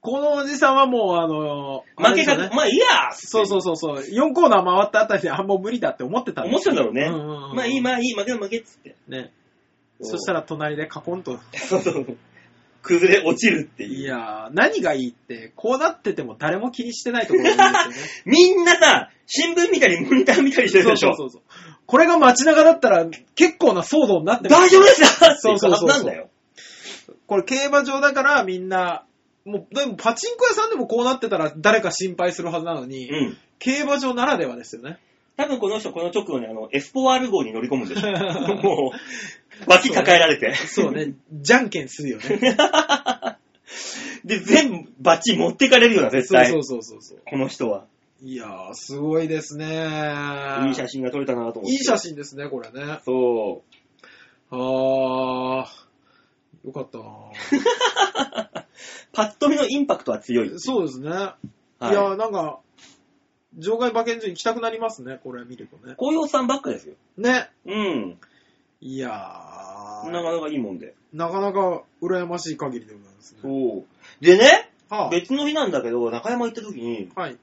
[SPEAKER 2] このおじさんはもう、あの、
[SPEAKER 1] 負けか、
[SPEAKER 2] あれですよね
[SPEAKER 1] まあいいや
[SPEAKER 2] そうそうそうそう、4コーナー回ったあたりであんま無理だって思ってたん
[SPEAKER 1] 思
[SPEAKER 2] で
[SPEAKER 1] ってたんだろうね。
[SPEAKER 2] うんうんうん
[SPEAKER 1] まあいい、まあいい、負けだ負けっつって。
[SPEAKER 2] すね。そしたら隣でカポンと。
[SPEAKER 1] そうそう。崩れ落ちるって
[SPEAKER 2] い
[SPEAKER 1] いう。
[SPEAKER 2] やー、何がいいって、こうなってても誰も気にしてないところがいいですよね。
[SPEAKER 1] みんなさ、新聞見たり、モニター見たりしてる
[SPEAKER 2] そう
[SPEAKER 1] でし
[SPEAKER 2] そ
[SPEAKER 1] ょ
[SPEAKER 2] う。そうそう。これが街中だったら結構な騒動になってま
[SPEAKER 1] 大
[SPEAKER 2] す
[SPEAKER 1] 丈夫ですかって
[SPEAKER 2] そ
[SPEAKER 1] いう
[SPEAKER 2] うそう
[SPEAKER 1] は
[SPEAKER 2] そ
[SPEAKER 1] ず
[SPEAKER 2] うそう
[SPEAKER 1] なんだよ。
[SPEAKER 2] これ競馬場だからみんな、もう、でもパチンコ屋さんでもこうなってたら誰か心配するはずなのに、
[SPEAKER 1] うん。
[SPEAKER 2] 競馬場ならではですよね。
[SPEAKER 1] 多分この人、この直後にあの、エスポワール号に乗り込むん でしょ。もう、脇抱えられて。
[SPEAKER 2] そうね、じゃんけんするよね。
[SPEAKER 1] で、全部バッチ持ってかれるよな、 絶
[SPEAKER 2] そう
[SPEAKER 1] 対。
[SPEAKER 2] そうそうそうそう。
[SPEAKER 1] この人は。
[SPEAKER 2] いやー、すごいですね
[SPEAKER 1] いい写真が撮れたなと思って。
[SPEAKER 2] いい写真ですね、これね。
[SPEAKER 1] そ
[SPEAKER 2] あー、よかったなー
[SPEAKER 1] う。パッと見のインパクトは強い。
[SPEAKER 2] そうですね。い、
[SPEAKER 1] はい
[SPEAKER 2] やー、なんか、場外馬券所行きたくなりますね、これ見るとね。
[SPEAKER 1] こういうおっさんばっかですよ。
[SPEAKER 2] ね。
[SPEAKER 1] うん。
[SPEAKER 2] いやー、
[SPEAKER 1] なかなかいいもんで。
[SPEAKER 2] なかなか羨ましい限りでございますね。
[SPEAKER 1] そう。でね、
[SPEAKER 2] はあ、
[SPEAKER 1] 別の日なんだけど、中山行った時に、
[SPEAKER 2] はい。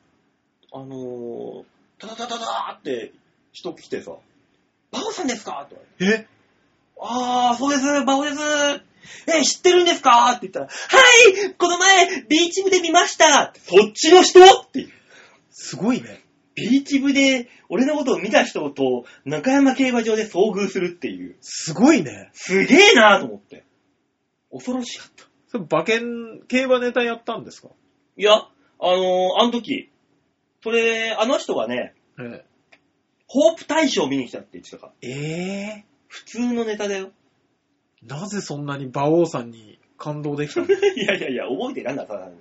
[SPEAKER 1] あのー、タタタタターって人来てさ、バオさんですかって言われて。
[SPEAKER 2] え
[SPEAKER 1] あー、そうです、バオです。え、知ってるんですかって言ったら、はいこの前、ビーチ部で見ましたそっちの人っていう。
[SPEAKER 2] すごいね。
[SPEAKER 1] ビーチ部で、俺のことを見た人と、中山競馬場で遭遇するっていう。
[SPEAKER 2] すごいね。
[SPEAKER 1] すげえなーと思って。恐ろしかった。
[SPEAKER 2] それ馬券、競馬ネタやったんですか
[SPEAKER 1] いや、あのー、あの時、それ、あの人がね、
[SPEAKER 2] え
[SPEAKER 1] ホープ大賞見に来たって言ってたから。
[SPEAKER 2] ええ
[SPEAKER 1] 普通のネタだよ。
[SPEAKER 2] ー、なぜそんなに馬王さんに感動できたのね
[SPEAKER 1] いやいやいや、覚えてなんだ、さらに。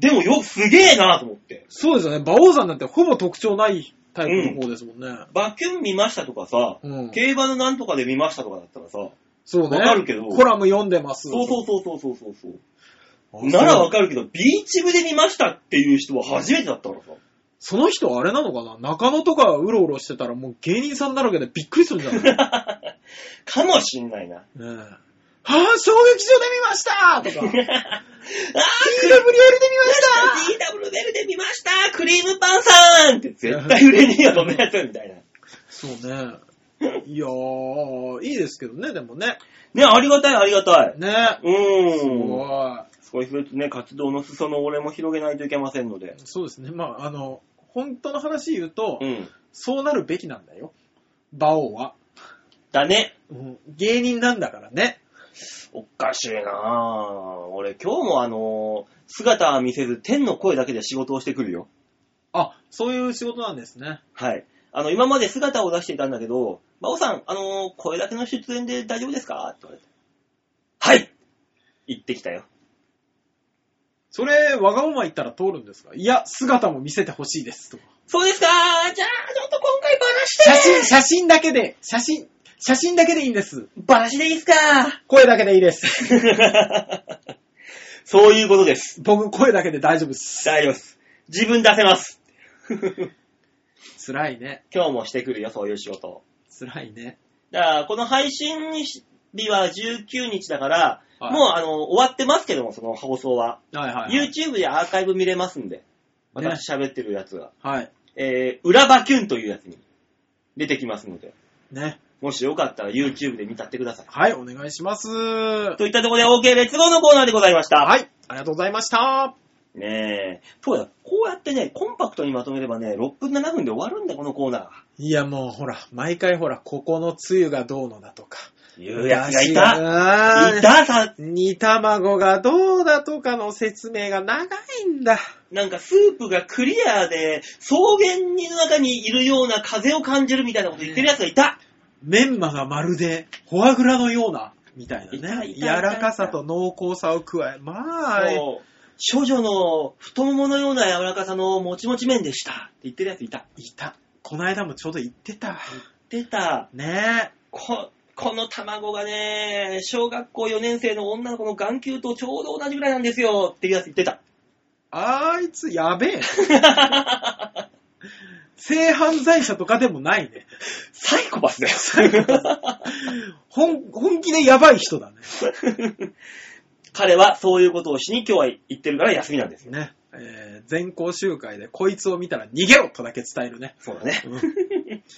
[SPEAKER 1] でもよ、すげえなと思って。
[SPEAKER 2] そうですよね。馬王さんなんてほぼ特徴ないタイプの方ですもんね。
[SPEAKER 1] バキュン見ましたとかさ、
[SPEAKER 2] うん
[SPEAKER 1] 競馬のなんとかで見ましたとかだったらさ、
[SPEAKER 2] そうね。
[SPEAKER 1] わかるけど
[SPEAKER 2] コラム読んでます。
[SPEAKER 1] そうそうそうそうそうそうそう。
[SPEAKER 2] う
[SPEAKER 1] ならわ
[SPEAKER 2] か
[SPEAKER 1] かるけど、ビーチ部で見ましたっていう人は初めてだったからさ。
[SPEAKER 2] その人あれなのかな中野とかうろうろしてたらもう芸人さんだらけでびっくりするん じゃないね
[SPEAKER 1] かもしんない な。
[SPEAKER 2] えはぁ、衝撃場で見ましたとか、TW よりで見ま
[SPEAKER 1] あ
[SPEAKER 2] した
[SPEAKER 1] ー、DW ベルで見ましたクリームパンさんって絶対売れねえよ、そんなやつみたいな。
[SPEAKER 2] そうね。いやー、いいですけどね、でもね。
[SPEAKER 1] ね、ありがたい、ありがたい。
[SPEAKER 2] ね。
[SPEAKER 1] うーん。
[SPEAKER 2] おい
[SPEAKER 1] 少しずつね、活動の裾野を俺も広げないといけませんので。
[SPEAKER 2] そうですね。まあ、あの、本当の話言うと、
[SPEAKER 1] うん。
[SPEAKER 2] そうなるべきなんだよ。馬王は。
[SPEAKER 1] だね。
[SPEAKER 2] うん芸人なんだからね。
[SPEAKER 1] おかしいなぁ。俺今日もあのー姿は見せず天の声だけで仕事をしてくるよ。
[SPEAKER 2] あ、そういう仕事なんですね。
[SPEAKER 1] はい。あの、今まで姿を出していたんだけど、馬王さん、あのー声だけの出演で大丈夫ですかって言われて。はい行ってきたよ。
[SPEAKER 2] それ、わがまま言ったら通るんですかいや、姿も見せてほしいですとか。
[SPEAKER 1] そうですかじゃあ、ちょっと今回バラ
[SPEAKER 2] 写
[SPEAKER 1] して
[SPEAKER 2] 真、写真だけで、写真、写真だけでいいんです。
[SPEAKER 1] バラしでいいっすか
[SPEAKER 2] 声だけでいいです。
[SPEAKER 1] そういうことです。
[SPEAKER 2] 僕、声だけで大丈夫です。
[SPEAKER 1] 大丈夫です。自分出せます。
[SPEAKER 2] 辛いね。
[SPEAKER 1] 今日もしてくるよ、そういう仕事を。
[SPEAKER 2] 辛いね。
[SPEAKER 1] だから、この配信日は19日だから、
[SPEAKER 2] はい
[SPEAKER 1] もうあの、終わってますけども、その放送は。
[SPEAKER 2] はいはい、はい。
[SPEAKER 1] YouTube でアーカイブ見れますんで、私喋ってるやつが、
[SPEAKER 2] はい。
[SPEAKER 1] えー、裏バキュンというやつに出てきますので、
[SPEAKER 2] ね。
[SPEAKER 1] もしよかったら YouTube で見たってください。
[SPEAKER 2] はい、お願いします。は
[SPEAKER 1] といったところで OK 列号のコーナーでございました。
[SPEAKER 2] い、ありがとうございました。
[SPEAKER 1] ねえ、そうだ、こうやってね、コンパクトにまとめればね、6分7分で終わるんだ、このコーナー。
[SPEAKER 2] いや、もうほら、毎回ほら、ここのつゆがどうのだとか。
[SPEAKER 1] いうやつがいた。
[SPEAKER 2] た
[SPEAKER 1] いたさ、
[SPEAKER 2] 煮卵がどうだとかの説明が長いんだ。
[SPEAKER 1] なんかスープがクリアで、草原の中にいるような風を感じるみたいなこと言ってるやつがいた。
[SPEAKER 2] メンマがまるでフォアグラのような、みたい
[SPEAKER 1] いた
[SPEAKER 2] なね。
[SPEAKER 1] い
[SPEAKER 2] 柔
[SPEAKER 1] たいた
[SPEAKER 2] らかさと濃厚さを加え、まあ、
[SPEAKER 1] そう少女の太もものような柔らかさのもちもち麺でした。って言ってるやついた。
[SPEAKER 2] いた。この間もちょうど言ってたわ。
[SPEAKER 1] 出た。
[SPEAKER 2] ね
[SPEAKER 1] こ、この卵がね、小学校4年生の女の子の眼球とちょうど同じぐらいなんですよっていうやつ言ってた。
[SPEAKER 2] え。あいつやべ え。性犯罪者とかでもないね。
[SPEAKER 1] サイコパスだよ、サイコパ
[SPEAKER 2] 本、本気でやばい人だね。
[SPEAKER 1] ス。 彼はそういうことをしに今日は行ってるから休みなんですよ。
[SPEAKER 2] ね。えー、全校集会でこいつを見たら逃げろとだけ伝えるね。
[SPEAKER 1] そうだね。
[SPEAKER 2] うん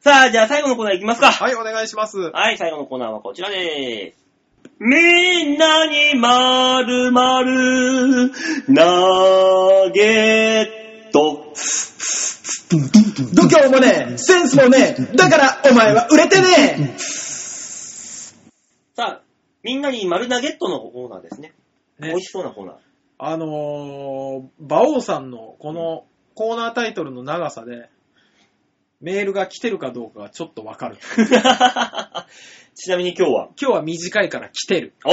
[SPEAKER 1] さあ、じゃあ最後のコーナー行きますか。
[SPEAKER 2] はい、お願いします。
[SPEAKER 1] はい、最後のコーナーはこちらでーす。みんなにまるまる投げと。
[SPEAKER 2] 度胸もねえ、センスもねえ、だからお前は売れてね
[SPEAKER 1] さあ、みんなに丸投げットのコーナーですね。
[SPEAKER 2] え
[SPEAKER 1] 美味しそうなコーナー。
[SPEAKER 2] あのー、馬王さんのこのコーナータイトルの長さで、メールが来てるかどうかがちょっとわかる。
[SPEAKER 1] ちなみに今日は、
[SPEAKER 2] 今日は短いから来てる。
[SPEAKER 1] お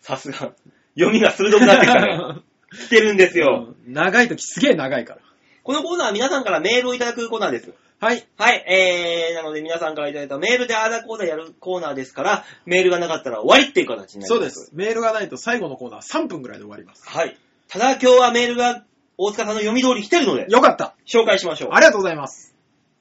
[SPEAKER 1] さすが、読みが鋭くなってき たね。来てるんですよ。
[SPEAKER 2] うん長い時すげえ長いから。
[SPEAKER 1] このコーナーは皆さんからメールをいただくコーナーです。
[SPEAKER 2] はい。
[SPEAKER 1] はい、えー、なので皆さんからいただいたメールでアーダーコーナーやるコーナーですから、メールがなかったら終わりっていう形になります。
[SPEAKER 2] そうで。す。メールがないと最後のコーナー3分ぐらいで終わります。
[SPEAKER 1] はい。ただ今日はメールが大塚さんの読み通り来てるので、
[SPEAKER 2] よかった。
[SPEAKER 1] 紹介しましょう
[SPEAKER 2] あ。りがとうございます。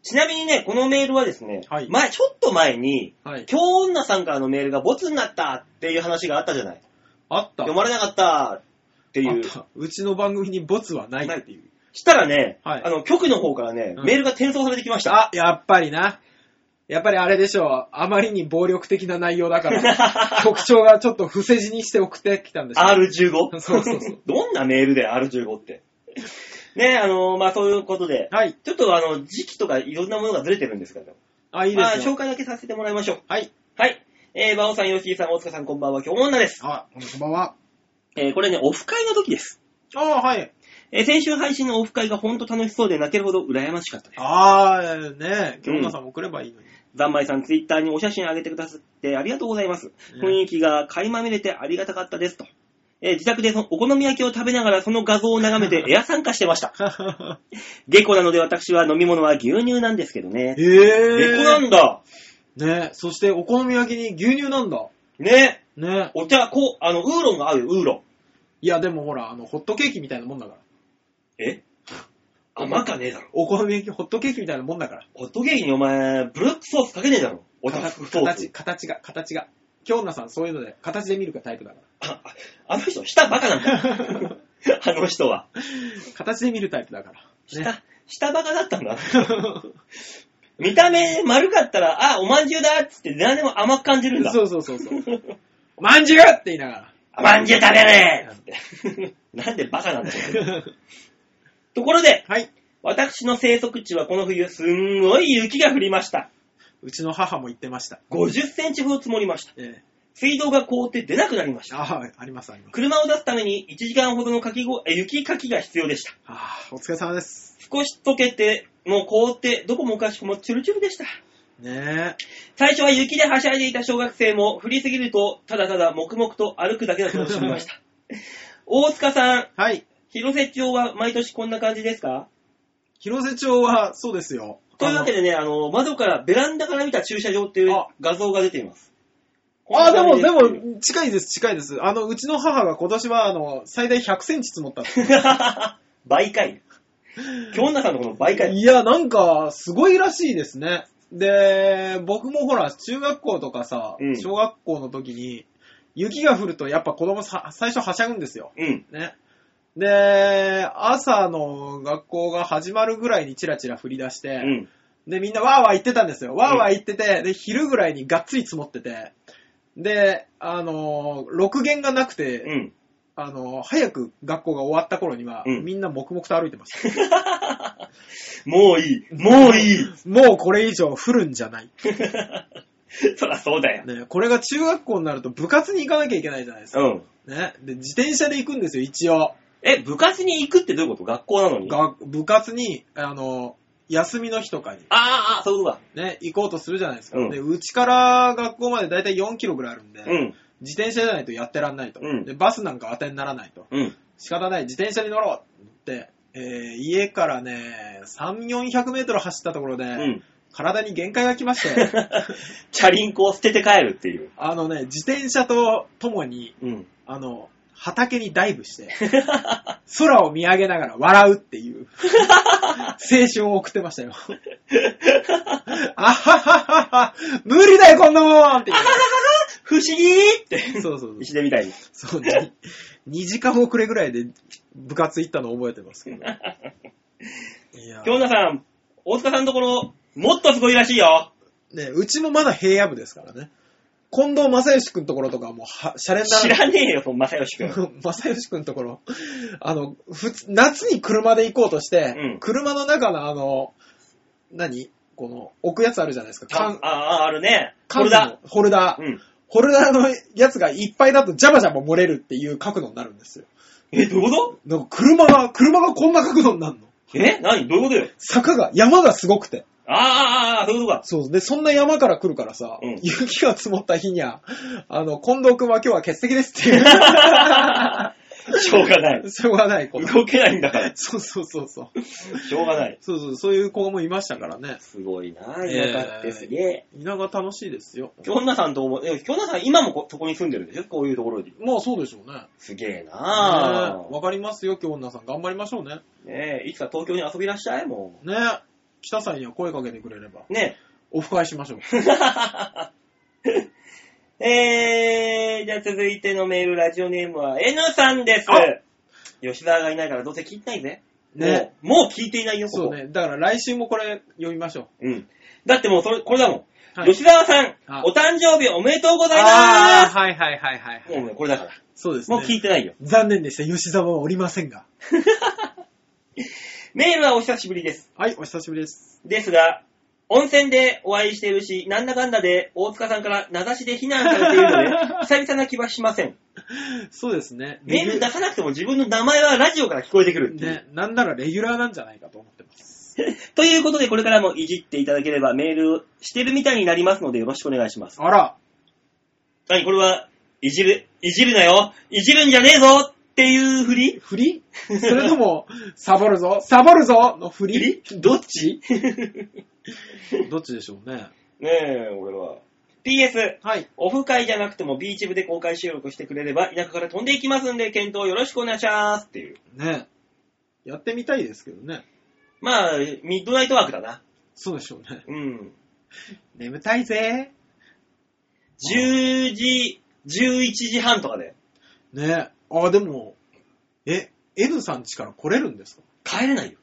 [SPEAKER 1] ちなみにね、このメールはですね、
[SPEAKER 2] はい
[SPEAKER 1] 前、ちょっと前に、
[SPEAKER 2] はい。
[SPEAKER 1] 京女さんからのメールがボツになったっていう話があったじゃない。
[SPEAKER 2] あった。
[SPEAKER 1] 読まれなかったっていう
[SPEAKER 2] あっ。たうちの番組にボツはないっていう。
[SPEAKER 1] したらね、
[SPEAKER 2] はい
[SPEAKER 1] あの、局の方からね、
[SPEAKER 2] うん
[SPEAKER 1] メールが転送されてきました。
[SPEAKER 2] あ、やっぱりな。やっぱりあれでしょう。あまりに暴力的な内容 だから、局長がちょっと伏せ字にして送ってきたんでしょう。
[SPEAKER 1] R15?
[SPEAKER 2] そうそうそう
[SPEAKER 1] どんなメールで R15 って。ね、あの、まあ、そういうことで、
[SPEAKER 2] はい。
[SPEAKER 1] ちょっとあの、時期とかいろんなものがずれてるんですけど、
[SPEAKER 2] あ、いいで
[SPEAKER 1] まあ、
[SPEAKER 2] すよ。
[SPEAKER 1] 紹介だけさせてもらいましょう。
[SPEAKER 2] はい。
[SPEAKER 1] はい。えー、馬尾さん、吉井さん、大塚さん、こんばんは、今日女です。
[SPEAKER 2] あ、こんばんは。
[SPEAKER 1] えー、これね、オフ会の時です。
[SPEAKER 2] あはい。
[SPEAKER 1] えー、先週配信のオフ会がほんと楽しそうで泣けるほど羨ましかったです。
[SPEAKER 2] あー、ねえ、京奈さんも来ればいいのに。
[SPEAKER 1] ざんまいさん、ツイッターにお写真あげてくださってありがとうございます。
[SPEAKER 2] うん
[SPEAKER 1] 雰囲気が垣間見れてありがたかったですと。えー自宅でそのお好み焼きを食べながらその画像を眺め てエア参加してました。下戸なので私は飲み物は牛乳なんですけどね。下戸な
[SPEAKER 2] えー。
[SPEAKER 1] んだ。
[SPEAKER 2] ねえ、そしてお好み焼きに牛乳なんだ。
[SPEAKER 1] ね。
[SPEAKER 2] ねえ。
[SPEAKER 1] お茶、こう、あの、ウーロンが合うよ、ウーロ
[SPEAKER 2] いや、でもほら、あの、ホットケーキみたいなもんだから。
[SPEAKER 1] ン。え甘かねえだろ。
[SPEAKER 2] お好み焼き、ホットケーキみたいなもんだから。
[SPEAKER 1] ホットケーキにお前、ブルックソースかけねえだろ。おたふくソー
[SPEAKER 2] 形、
[SPEAKER 1] ス。
[SPEAKER 2] 形が、形が。京奈さんそういうので、形で見るかタイプだから。
[SPEAKER 1] あああの人、舌バカなん だ。あの人は。
[SPEAKER 2] 形で見るタイプだから。ね、
[SPEAKER 1] 舌、舌バカだったんだ。見た目丸かったら、あ、おまんじゅうだっつって何でも甘く感じるんだ。
[SPEAKER 2] そうそうそうそう。まんじゅうって言いなが
[SPEAKER 1] まんじゅう食べねえって。 なんでバカなんだよ。
[SPEAKER 2] ら。
[SPEAKER 1] ところで、
[SPEAKER 2] はい。
[SPEAKER 1] 私の生息地はこの冬、すんごい雪が降りました。
[SPEAKER 2] うちの母も言ってました。
[SPEAKER 1] 50センチほど積もりました。
[SPEAKER 2] え
[SPEAKER 1] 水道が凍って出なくなりまし
[SPEAKER 2] え
[SPEAKER 1] た。
[SPEAKER 2] ああ、あります、あります。
[SPEAKER 1] 車を出すために1時間ほどのかきごえ雪かきが必要でした。
[SPEAKER 2] ああ、お疲れ様です。
[SPEAKER 1] 少し溶けて、もう凍って、どこもかしくもチュルチュルでした。
[SPEAKER 2] ね
[SPEAKER 1] 最初は雪ではしゃいでいた小学生も降りすぎると、ただただ黙々と歩くだけだと楽しみました。大塚さん、
[SPEAKER 2] え。はい。
[SPEAKER 1] 広瀬町は毎年こんな感じですか
[SPEAKER 2] 広瀬町は、そうですよ。
[SPEAKER 1] というわけ
[SPEAKER 2] で。
[SPEAKER 1] でね、あの、窓から、ベランダから見た駐車場っていう
[SPEAKER 2] あ
[SPEAKER 1] 画像が出ています。
[SPEAKER 2] あ、でも、で
[SPEAKER 1] こんな感じ
[SPEAKER 2] も、近いです、近いです。あの、うちの母が今年は、あの、最大100センチ積もったっ て。
[SPEAKER 1] ですよ倍回。京女さんのこの倍回。
[SPEAKER 2] いや、なんか、すごいらしいですね。で、僕もほら、中学校とかさ
[SPEAKER 1] うん、
[SPEAKER 2] 小学校の時に、雪が降るとやっぱ子供さ、最初はしゃぐんですよ。
[SPEAKER 1] うん。
[SPEAKER 2] ね。で、朝の学校が始まるぐらいにチラチラ降り出して、
[SPEAKER 1] うん。
[SPEAKER 2] で、みんなわーわー言ってたんですよ。わーわー言ってて、で、昼ぐらいにがっつり積もってて、で、あのー、6弦がなくて、
[SPEAKER 1] うん。
[SPEAKER 2] あのー、早く学校が終わった頃には、
[SPEAKER 1] うん
[SPEAKER 2] みんな黙々と歩いてました。
[SPEAKER 1] もういい。 もういい。
[SPEAKER 2] もうこれ以上降るんじゃない。
[SPEAKER 1] そらそうだよ。
[SPEAKER 2] ね、これが中学校になると部活に行かなきゃいけないじゃないです
[SPEAKER 1] う
[SPEAKER 2] か。
[SPEAKER 1] ん。
[SPEAKER 2] ね、で、自転車で行くんですよ、一応。
[SPEAKER 1] え、部活に行くってどういうこと学校なのに。あ
[SPEAKER 2] が部活に、あのー、休みの日とかに。
[SPEAKER 1] あ、ああそういうことか。
[SPEAKER 2] ね、行こうとするじゃないですか。
[SPEAKER 1] うん
[SPEAKER 2] で、うちから学校までだいたい4キロぐらいあるんで、
[SPEAKER 1] うん。
[SPEAKER 2] 自転車じゃないとやってらんないと。
[SPEAKER 1] うん
[SPEAKER 2] で、バスなんか当てにならないと。
[SPEAKER 1] うん。
[SPEAKER 2] 仕方ない、自転車に乗ろうって、えー家からね、3、400メートル走ったところで、
[SPEAKER 1] うん。
[SPEAKER 2] 体に限界が来まして、
[SPEAKER 1] チャリンコを捨てて帰るっていう。
[SPEAKER 2] あのね、自転車とともに、
[SPEAKER 1] うん。
[SPEAKER 2] あの、畑にダイブ して、空を見上げながら笑うっていう、青春を送ってましたよ。 あはははは無理だよ、こんなもんっていう。
[SPEAKER 1] 不思議ー って。
[SPEAKER 2] そうそう
[SPEAKER 1] 石でみたいに。
[SPEAKER 2] そう。そう、2時間遅れぐらいで部活行ったの覚えてますけど。いやー
[SPEAKER 1] 京奈さん、大塚さんのところ、もっとすごいらしいよ。
[SPEAKER 2] ね、うちもまだ平野部ですからね。近藤正義くんところとかもは、シャレに
[SPEAKER 1] 知
[SPEAKER 2] なら
[SPEAKER 1] ら
[SPEAKER 2] ない。
[SPEAKER 1] ねえよ、その正 義くん。
[SPEAKER 2] 正義くんところ、あの、ふつ夏に車で行こうとして、
[SPEAKER 1] うん
[SPEAKER 2] 車の中のあの、何この、置くやつあるじゃないですか。
[SPEAKER 1] あ
[SPEAKER 2] 缶、
[SPEAKER 1] あ、あるね。こ
[SPEAKER 2] 缶
[SPEAKER 1] れ
[SPEAKER 2] の
[SPEAKER 1] だ。
[SPEAKER 2] ホルダー。
[SPEAKER 1] うん。
[SPEAKER 2] ホルダーのやつがいっぱいだとジャバジャバ漏れるっていう角度になるんですよ。
[SPEAKER 1] え、どういうこ
[SPEAKER 2] なんか車が、車がこんな角度になるの。
[SPEAKER 1] とえ何どういうことよ
[SPEAKER 2] 坂が、山がすごくて。
[SPEAKER 1] あーあー、あーあー、そういうことか。
[SPEAKER 2] そう。で、そんな山から来るからさ、
[SPEAKER 1] うん
[SPEAKER 2] 雪が積もった日には、あの、近藤くんは今日は欠席ですっていう。
[SPEAKER 1] しょうがない。
[SPEAKER 2] しょうがない子。
[SPEAKER 1] 動けないんだから。
[SPEAKER 2] そうそうそうそう。
[SPEAKER 1] しょうがない。
[SPEAKER 2] そうそう、そういう子もいましたからね。
[SPEAKER 1] すごいな
[SPEAKER 2] え
[SPEAKER 1] ぁ、田舎ってすげえ。
[SPEAKER 2] 田舎楽しいですよ。
[SPEAKER 1] 京奈さんとこも、え京奈さん今もこそこに住んでるんでしょこういうところに。
[SPEAKER 2] まあそうでしょうね。
[SPEAKER 1] すげえ
[SPEAKER 2] あ
[SPEAKER 1] な
[SPEAKER 2] わかりますよ、今日女さん。頑張りましょう
[SPEAKER 1] ぁ。
[SPEAKER 2] ね。
[SPEAKER 1] ねえ、いつか東京に遊びいらっしゃい、も
[SPEAKER 2] ね北さんには声かけてくれれば。
[SPEAKER 1] う。ね
[SPEAKER 2] オフ会しま しょう。
[SPEAKER 1] え。えー、じゃあ続いてのメール、ラジオネームは N さんです
[SPEAKER 2] あ。
[SPEAKER 1] 吉沢がいないからどうせ聞いてないぜ。
[SPEAKER 2] ね。
[SPEAKER 1] もう、もう聞いていないよ、ここ。
[SPEAKER 2] そうね。だから来週もこれ読みましょ
[SPEAKER 1] うん。だってもうそれ、これだもん。
[SPEAKER 2] はい
[SPEAKER 1] 吉沢さん
[SPEAKER 2] あ、
[SPEAKER 1] お誕生日おめでとうご
[SPEAKER 2] う。
[SPEAKER 1] ざいま
[SPEAKER 2] あー、はいはいはいはい
[SPEAKER 1] す。
[SPEAKER 2] はい。
[SPEAKER 1] もうねこれだから。
[SPEAKER 2] そうですね。
[SPEAKER 1] もう聞いてないよ。
[SPEAKER 2] 残念でした。吉沢はおりませんが。
[SPEAKER 1] メールはお久しぶりです。
[SPEAKER 2] はい、お久しぶりです。
[SPEAKER 1] ですが、温泉でお会いしているし、なんだかんだで大塚さんから名指しで非難されている ので、久々な気はしません。
[SPEAKER 2] そうですね。
[SPEAKER 1] メール出さなくても自分の名前はラジオから聞こえてくるっていう。
[SPEAKER 2] ね、なんならレギュラーなんじゃないかと思ってます。
[SPEAKER 1] ということで、これからもいじっていただければメールしてるみたいになりますのでよろしくお願いします。
[SPEAKER 2] あら、
[SPEAKER 1] 何これは、いじる、いじるなよいじるんじゃねえぞっていうふり
[SPEAKER 2] 振りそれとも、 サボるぞ、サボるぞの振り
[SPEAKER 1] どっち
[SPEAKER 2] どっちでしょうね。
[SPEAKER 1] ねえ、俺は。PS、
[SPEAKER 2] はい。
[SPEAKER 1] オフ会じゃなくてもビーチ部で公開収録してくれれば、田舎から飛んでいきますんで、検討よろしくお願いしますっていう。
[SPEAKER 2] ねやってみたいですけどね。
[SPEAKER 1] まあ、ミッドナイトワークだな。
[SPEAKER 2] そうでしょうね。
[SPEAKER 1] うん。
[SPEAKER 2] 眠たいぜ。
[SPEAKER 1] 10時、11時半とかで。
[SPEAKER 2] ねあ、でも、え、N さん家から来れるんですか
[SPEAKER 1] 帰れないよ。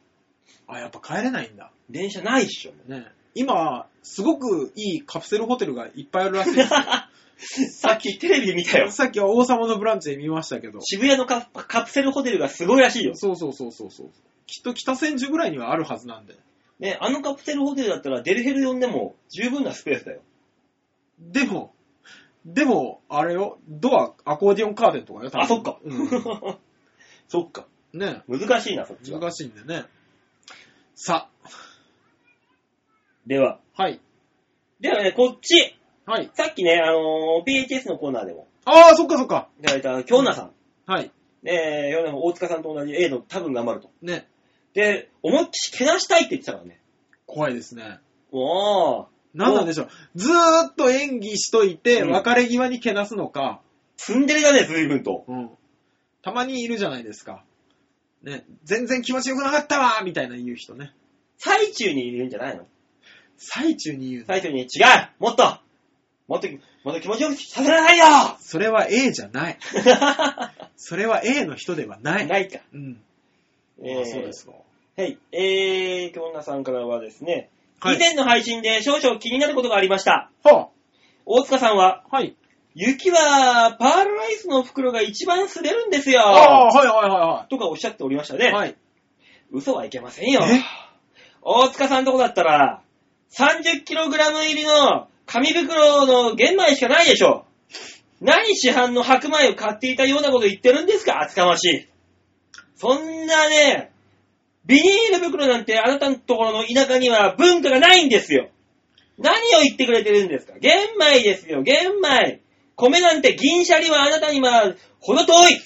[SPEAKER 2] あ、やっぱ帰れないんだ。
[SPEAKER 1] 電車ないっ しょ。
[SPEAKER 2] ね今、すごくいいカプセルホテルがいっぱいあるらしいです。
[SPEAKER 1] さっきテレビで見たよ。
[SPEAKER 2] さっきは王様のブランチで見ましたけど。
[SPEAKER 1] 渋谷のカカプセルホテルがすごいらしいよ。
[SPEAKER 2] そうそうそうそうそう。きっと北千住ぐらいにはあるはずなんで。
[SPEAKER 1] ね、あのカプセルホテルだったらデルヘル呼んでも十分なスペースだよ。
[SPEAKER 2] でも、でも、あれよ、ドア、アコーディオンカーテンとかよ、多分
[SPEAKER 1] あ、そっか。
[SPEAKER 2] う
[SPEAKER 1] そっか。
[SPEAKER 2] ん、ね
[SPEAKER 1] 難しいな、そっちは。
[SPEAKER 2] 難しいんでね。さ、
[SPEAKER 1] では。
[SPEAKER 2] はい、
[SPEAKER 1] ではね、こっち。
[SPEAKER 2] はい。
[SPEAKER 1] さっきね、あのー PHS のコーナーでも
[SPEAKER 2] ああ、そっかそっか。
[SPEAKER 1] いただいた、京奈さん。
[SPEAKER 2] はい、
[SPEAKER 1] ねえ、世の中大塚さんと同じ A の多分頑張ると。
[SPEAKER 2] ね、
[SPEAKER 1] で、思いっきしけなしたいって言ってたからね。
[SPEAKER 2] 怖いですね。
[SPEAKER 1] おー、
[SPEAKER 2] なんなんでしょう。ずーっと演技しといて、
[SPEAKER 1] うん
[SPEAKER 2] 別れ際にけなすのか、
[SPEAKER 1] ツンデレだね、随分と。
[SPEAKER 2] うん。たまにいるじゃないですか。ね、全然気持ちよくなかったわーみたいな言う人ね。
[SPEAKER 1] 最中にいるんじゃないの
[SPEAKER 2] 最中に言うの。
[SPEAKER 1] 最中に、違うもっともっと、もっと気持ちよくさせなさいよ
[SPEAKER 2] それは A じゃない。それは A の人ではない。
[SPEAKER 1] ないか。
[SPEAKER 2] うん。
[SPEAKER 1] えー
[SPEAKER 2] あそうですか。
[SPEAKER 1] はい。えー、京奈さんからはですね、
[SPEAKER 2] はい
[SPEAKER 1] 以前の配信で少々気になることがありました。
[SPEAKER 2] は
[SPEAKER 1] 大塚さんは、
[SPEAKER 2] あ、はい。
[SPEAKER 1] 雪はパールライスの袋が一番滑るんですよ
[SPEAKER 2] ああー、はいはいは
[SPEAKER 1] とかおっしゃっておりました
[SPEAKER 2] いは
[SPEAKER 1] ね。
[SPEAKER 2] い。はい。
[SPEAKER 1] 嘘はいけませんよ
[SPEAKER 2] え。
[SPEAKER 1] 大塚さんとこだったら、30kg 入りの紙袋の玄米しかないでしょ。何市販の白米を買っていたようなこと言ってるんですか厚かましい。そんなね、ビニール袋なんてあなたのところの田舎には文化がないんですよ。何を言ってくれてるんですか玄米ですよ、玄米。米なんて銀シャリはあなたには程遠い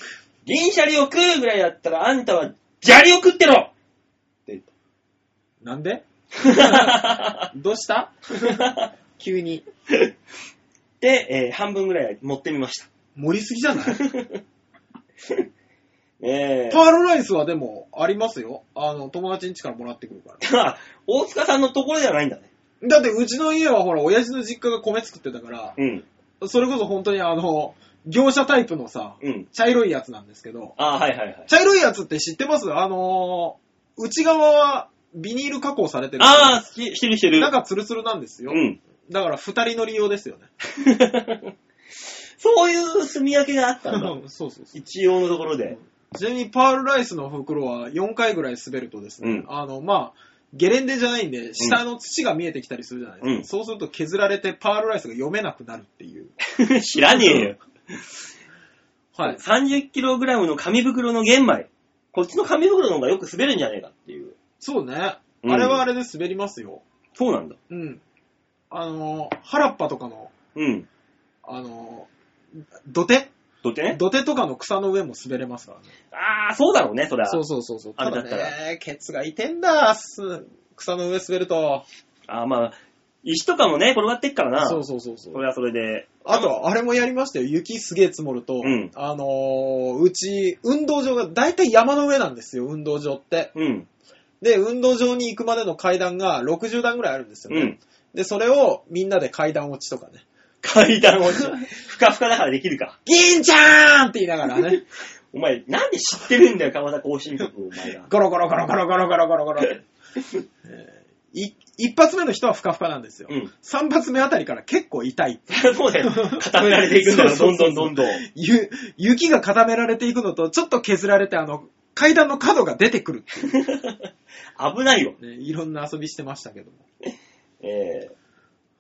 [SPEAKER 1] 銀シャリを食うぐらいだったらあんたは砂利を食ってろ
[SPEAKER 2] なんでどうした急に。
[SPEAKER 1] で、えー半分ぐらい持ってみました。
[SPEAKER 2] 盛りすぎ じゃない
[SPEAKER 1] え
[SPEAKER 2] パールライスはでも、ありますよ。あの、友達ん家からもらってくるから。
[SPEAKER 1] ー、あ大塚さんのところじゃないんだね。
[SPEAKER 2] だって、うちの家はほら、親父の実家が米作ってたから、
[SPEAKER 1] うん。
[SPEAKER 2] それこそ本当にあの、業者タイプのさ、
[SPEAKER 1] うん。
[SPEAKER 2] 茶色いやつなんですけど、
[SPEAKER 1] あーはいはいはい。
[SPEAKER 2] 茶色いやつって知ってますあのー、内側はビニール加工されてる。
[SPEAKER 1] ああ、ししてるしてる。
[SPEAKER 2] 中ツルツルなんですよ。
[SPEAKER 1] うん。
[SPEAKER 2] だから二人乗り用ですよね。
[SPEAKER 1] そういう住み分けがあったんだ。
[SPEAKER 2] そうそうそ
[SPEAKER 1] 一応のところ で。
[SPEAKER 2] う。ちなみにパールライスの袋は4回ぐらい滑るとですね、
[SPEAKER 1] うん
[SPEAKER 2] あの、まあ、ゲレンデじゃないんで、下の土が見えてきたりするじゃないですか。
[SPEAKER 1] うん
[SPEAKER 2] そうすると削られてパールライスが読めなくなるっていう。
[SPEAKER 1] 知らねえよ。
[SPEAKER 2] はい。
[SPEAKER 1] 30kg の紙袋の玄米。こっちの紙袋の方がよく滑るんじゃねえかっていう。
[SPEAKER 2] そうね。
[SPEAKER 1] うん
[SPEAKER 2] あれはあれで滑りますよ。
[SPEAKER 1] そうなんだ。
[SPEAKER 2] うん。あの、原っぱとかの、
[SPEAKER 1] うん。
[SPEAKER 2] あの、土手
[SPEAKER 1] どってね。
[SPEAKER 2] 土手とかの草の上も滑れますからね。
[SPEAKER 1] ああ、そうだろうね、そりゃ。
[SPEAKER 2] そうそうそうそう。
[SPEAKER 1] あ
[SPEAKER 2] た
[SPEAKER 1] れだ
[SPEAKER 2] だ
[SPEAKER 1] ったら
[SPEAKER 2] ね、ケツが痛えんだ、す草の上滑ると。
[SPEAKER 1] ああ、まあ、石とかもね、転がってっからな。
[SPEAKER 2] そうそうそうそ。
[SPEAKER 1] そうれはそれで。
[SPEAKER 2] あと、あれもやりましたよ。雪すげえ積もると、
[SPEAKER 1] うん
[SPEAKER 2] あのーうち、運動場が大体山の上なんですよ、運動場って。
[SPEAKER 1] うん。
[SPEAKER 2] で、運動場に行くまでの階段が60段ぐらいあるんですよ
[SPEAKER 1] う
[SPEAKER 2] ね。
[SPEAKER 1] ん。
[SPEAKER 2] で、それをみんなで階段落ちとかね。
[SPEAKER 1] 階段落ち。ふかふかだからできるか。
[SPEAKER 2] 銀ちゃーんって言いなが らね、
[SPEAKER 1] お前、なんで知ってるんだよ、川田更新曲を、お前が。
[SPEAKER 2] ゴロゴロゴロゴロゴロゴロゴロゴロって。えーい一発目の人はふかふかなんですよ。
[SPEAKER 1] うん。
[SPEAKER 2] 三発目あたりから結構痛い。
[SPEAKER 1] そうだよ。固められていくんだよ、
[SPEAKER 2] そ
[SPEAKER 1] ど
[SPEAKER 2] うんそ
[SPEAKER 1] ど
[SPEAKER 2] うんそう
[SPEAKER 1] どんどん。
[SPEAKER 2] ゆ、雪が固められていくのと、ちょっと削られて、あの、階段の角が出てくるってい
[SPEAKER 1] 危ないよ。
[SPEAKER 2] うね、いろんな遊びしてましたけども。
[SPEAKER 1] えー、